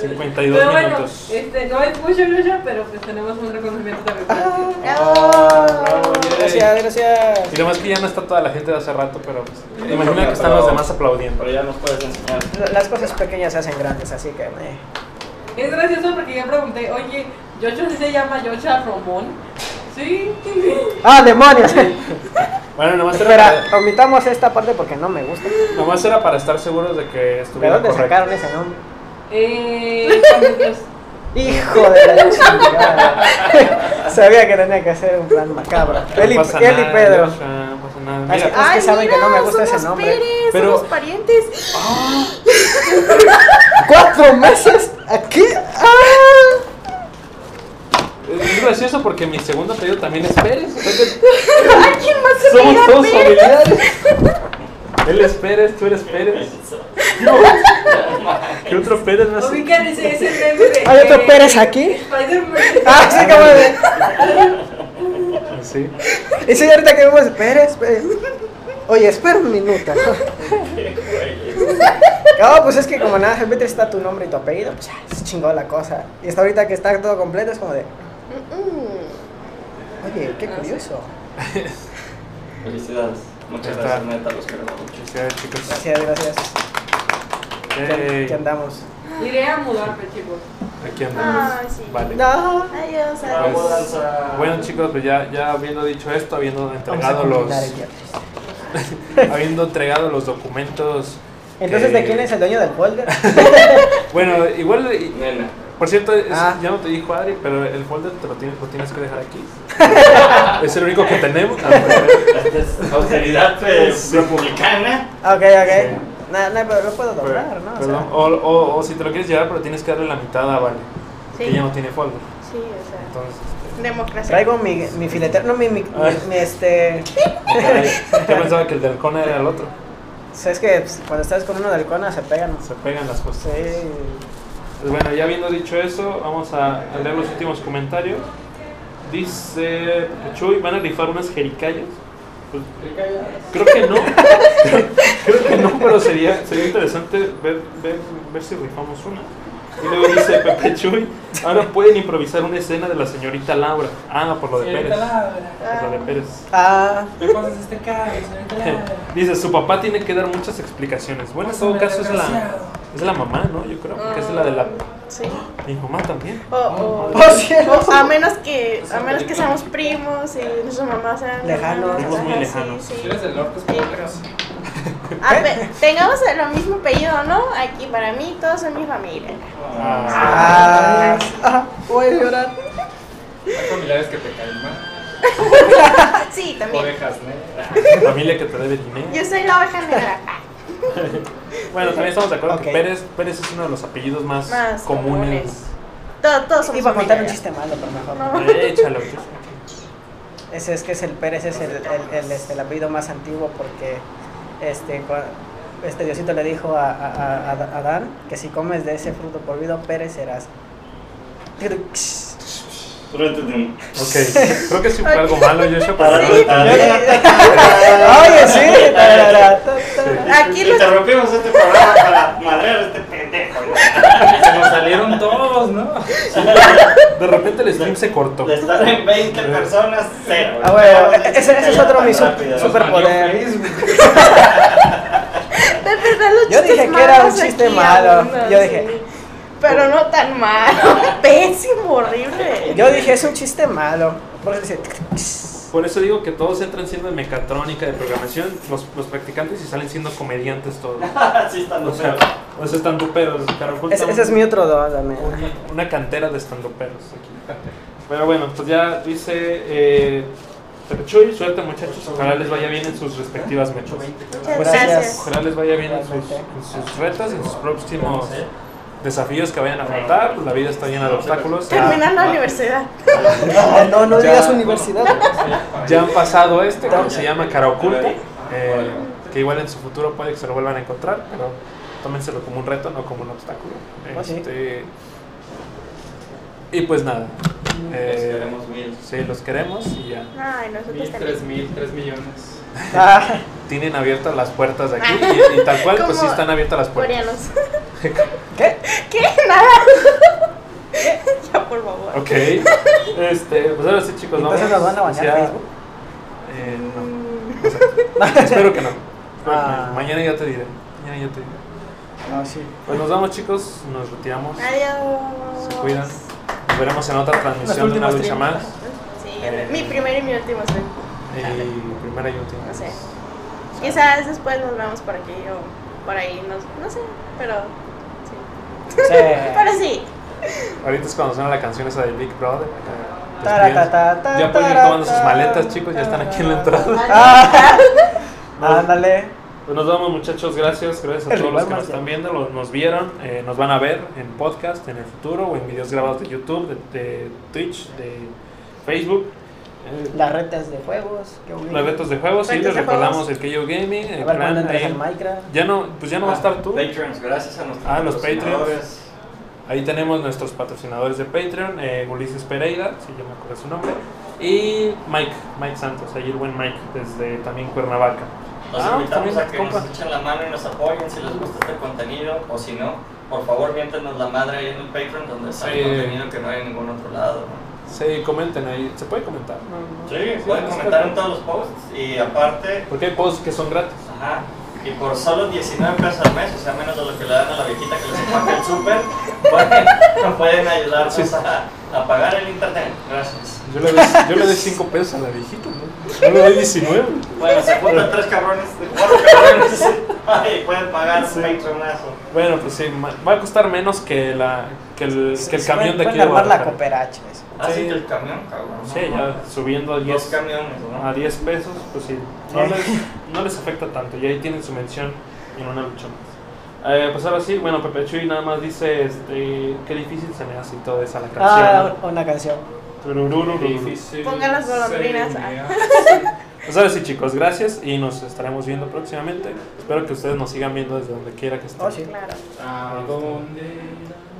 52
Pero bueno,
minutos.
este, no es mucho, Lucha, pero pues tenemos un reconocimiento también. para ti.
Bravo. Ah. Oh, Gracias, gracias.
Y lo más que ya no está toda la gente de hace rato, pero pues, imagino que están los demás aplaudiendo.
Pero ya nos puedes enseñar.
Las cosas pequeñas se hacen grandes, así que eh,
Es gracioso porque yo pregunté, oye, ¿Yocho sí se llama Yocha Romón? Sí,
¡Ah, demonios!
Bueno, nomás era,
Espera,
para,
omitamos esta parte porque no me gusta.
nomás era para estar seguros de que
¿De
estuviera
dónde
correcto.
sacaron ese nombre?
Eh, Juan de Dios.
¡Hijo de la chingada! Sabía que tenía que hacer un plan macabro. Él y,
No pasa
él y
nada,
Pedro. Ah,
Yosha, No pasa nada.
Así-
Mira,
Es que saben que no me gusta ese
somos
nombre.
Pérez,
Pero-
somos parientes.
¿Cuatro meses? ¿Aquí? ¡Ah!
es gracioso porque mi segundo apellido también es Pérez. entonces,
Ay, ¿quién más se
somos
pega
todos
Pérez?
familiares. Él es Pérez, tú eres Pérez. ¿Qué otro Pérez más?
Ubican ese, ese meme de...
¿Hay otro
de-
Pérez aquí?
Spider-Man.
¡Ah, sí, como de...
Sí.
Y sí, ahorita que vemos, espera, espera. Oye, espera un minuto. No, pues es que como nada, siempre está tu nombre y tu apellido, pues ya, se chingó la cosa. Y hasta ahorita que está todo completo es como de,
Mm,
oye, qué curioso.
Felicidades. Muchas
Está.
gracias, neta, los queremos mucho.
Felicidades, chicos.
Gracias, gracias.
Yay.
Aquí andamos.
Iré a mudarme, chicos.
Aquí andamos.
Ah, sí.
Vale.
No.
Adiós,
Pues,
adiós.
bueno chicos, pues ya, ya habiendo dicho esto, habiendo
Vamos a
entregado los,
continuar aquí.
habiendo entregado los documentos.
Entonces,
que-
¿de quién es el dueño del folder?
Bueno, igual y-
Nena.
Por cierto, es-
Ah.
ya no te dijo Adri, pero el folder te lo tienes, lo tienes que dejar aquí. es el único que tenemos. Ah, bueno.
Esta es austeridad pues, republicana.
Ok, ok. No, no, pero lo puedo
Pero-
doblar, ¿no? O
perdón.
sea,
O, o- o si te lo quieres llevar, pero tienes que darle la mitad a Vale.
Sí.
Que ya no tiene folder.
Sí, o sea,
Entonces,
democracia.
traigo mi, mi filetero, no, mi, mi, mi-
Ah.
mi, este...
este, yo pensaba que el del Cona era el otro.
¿Sabes que pues, cuando estás con uno de halcona se pegan?
Se pegan las cosas.
Sí.
Pues bueno, ya habiendo dicho eso, vamos a, a leer los últimos comentarios. Dice Chuy, ¿van a rifar unas jericayas? Pues, creo que no. creo que no, pero sería, sería interesante ver, ver, ver si rifamos una. Y luego dice Pepe Chuy, ahora pueden improvisar una escena de la señorita Laura. Ah, por lo de Pérez. Por lo de Pérez.
Ah,
¿Qué cosas este carro, señorita Laura?
Dice, su papá tiene que dar muchas explicaciones. Bueno, en todo
Pásame,
caso es la,
desgraciado.
es la mamá, ¿no? Yo creo, porque es la de la...
Sí.
Mi mamá también.
O, o-
por cierto.
o a menos que a menos que seamos primos y nuestras mamás sean
Lejanos. ¿Eh?
hermanas,
Primos muy
ajá,
lejanos.
sí,
Si
sí.
eres del norte, es como Andrés.
Ah, pe- tengamos el mismo apellido, ¿no? Aquí para mí todos son mi familia.
Ah, ah, voy a llorar.
Hay familiares que te caen mal.
Ah, Sí, también.
Ovejas negras.
familia que te debe dinero.
Yo soy la oveja negra. Ah,
Bueno, también estamos de acuerdo
Ok.
que Pérez, Pérez es uno de los apellidos más,
Más
comunes.
Todo- todos somos
Iba a contar un
familia.
chiste malo, pero mejor.
No.
no.
Eh, Échalo. pues.
Ese es que es el Pérez, es el, el, el, este, el apellido más antiguo porque este, cua- este Diosito le dijo a, a, a- a Adán que si comes de ese fruto por vida, Pérez serás.
Ok, creo que sí fue algo malo, Joshua,
Para-
pero-
Oye, sí. tarara, ta, ta.
Aquí los
Interrumpimos este programa para madrear a este pendejo.
Se nos salieron todos, ¿no?
de repente el stream se cortó.
De estar en 20 personas, cero.
Ah, bueno, ese, ese es otro
Calla
mi
tan
sup-
rápido.
superpoder.
De verdad, los
Yo dije
chistes
que era un
malos
chiste
aquí
malo.
abundan,
Yo dije-
sí. Pero no tan malo. Pésimo, horrible.
Yo dije, es un chiste malo. Por eso dice,
Por eso digo que todos entran siendo de mecatrónica, de programación, los, los practicantes y salen siendo comediantes todos.
Sí, están
O
los
sea,
feos.
o sea estanduperos. Caracol
ese,
está
ese es
un-
mi otro don también.
una, una cantera de estanduperos aquí. Pero bueno, pues ya dice eh, Chuy, suerte muchachos, ojalá les vaya bien en sus respectivas metas.
Muchas
Gracias.
gracias.
Ojalá les vaya bien en sus, en sus retas, en sus próximos desafíos que vayan a afrontar. La vida está llena de obstáculos.
Terminan la
Ya-
universidad.
No, no, no
Ya.
digas universidad.
Ya han pasado este, que se llama Cara Oculta, eh, que igual en su futuro puede que se lo vuelvan a encontrar, pero tómenselo como un reto, no como un obstáculo.
Ah, sí.
Este, y pues nada. eh,
Pues queremos mil.
Sí, los queremos y ya.
Ay, nosotros
Mil,
Pues también.
tres mil, tres millones.
Ah,
Tienen abiertas las puertas de aquí
Ah.
y, y tal cual, pues sí
Como
están abiertas las puertas.
Coreanos.
¿Qué?
¿Qué? Nada. ya, por favor.
Ok. Este, pues ahora sí, chicos, ¿no?
Entonces nos van a bañar Facebook.
Eh,
Mm,
no. O sea, espero que no. Espero que
Ah.
no. Mañana ya te diré. Mañana ya te diré.
No, sí.
Pues nos vamos, chicos. Nos retiramos.
Adiós.
Se cuidan. Nos veremos en otra
Nuestro
transmisión de una
último
lucha
stream.
más.
Sí, mi primer y mi último stream.
Y primera y última.
No sé. Quizás después nos vemos por aquí o por ahí. No, no sé, pero. Sí. Pero
Sí.
sí.
Ahorita es cuando suena la canción esa de Big Brother. eh,
Taratatata,
Ya pueden ir tomando sus
taratata,
maletas, chicos. Ya están aquí en la entrada.
Ah, ándale.
Pues nos vamos muchachos, gracias, gracias a
El
todos los
rival
que nos
más
están viendo, los, nos vieron, eh, nos van a ver en podcast en el futuro o en videos grabados de YouTube, de, de Twitch, de Facebook. Eh,
Las retas de juegos. qué bonito.
los retos de juegos, sí,
Retos
les
de
recordamos
juegos.
el KO Gaming,
A
el
ver
clan,
cuándo entras
ahí.
al Ah, Minecraft.
Ya no, pues ya no va a estar tú.
Patreons, gracias a nuestros
Ah, los
patrocinadores.
Ahí tenemos nuestros patrocinadores de Patreon, eh, Ulises Pereira, si yo me acuerdo su nombre, y Mike, Mike Santos, ahí el buen Mike, desde también Cuernavaca.
Los
Ah,
invitamos
también,
a que
compa.
nos echen la mano y nos apoyen si les gusta este contenido o si no, por favor miéntenos la madre ahí en el Patreon donde sale
Sí.
contenido que no hay en ningún otro lado.
Sí, comenten ahí, ¿se puede comentar? No, no.
pueden
no,
comentar
no.
en todos los posts y aparte,
Porque hay posts que son gratis.
ajá, y por solo 19 pesos al mes, o sea, menos de lo que le dan a la viejita que les empaca el súper, pueden, pueden ayudarnos
Sí.
a, a pagar el internet. Gracias.
Yo le doy, yo le doy 5 pesos a la viejita, ¿no? Yo le doy 19.
Bueno, se juntan tres cabrones, cuatro cabrones, ay, pueden pagar un Patreonazo.
Bueno, pues sí, ma- va a costar menos que, la, que, el, que el
Sí,
camión de
pueden-
aquí.
pueden
de
armar la
Guadalajara.
cooperacha. eso.
Así
Sí.
que el camión, cabrón.
Sí,
¿no?
ya subiendo a
Dos
10,
camiones, ¿no?
a 10 pesos, pues sí. No les, no les afecta tanto. Y ahí tienen su mención en una lucha más. Eh, pues ahora sí, bueno, Pepe Chuy nada más dice este, qué difícil se me hace y toda esa la
Ah,
canción.
una canción.
Turururu.
Difícil.
Pongan las golondrinas. ah.
sería.
Pues ahora sí, chicos, gracias y nos estaremos viendo próximamente. Espero que ustedes nos sigan viendo desde donde quiera que estén.
Ah,
Oh, sí.
Claro.
¿A dónde irás?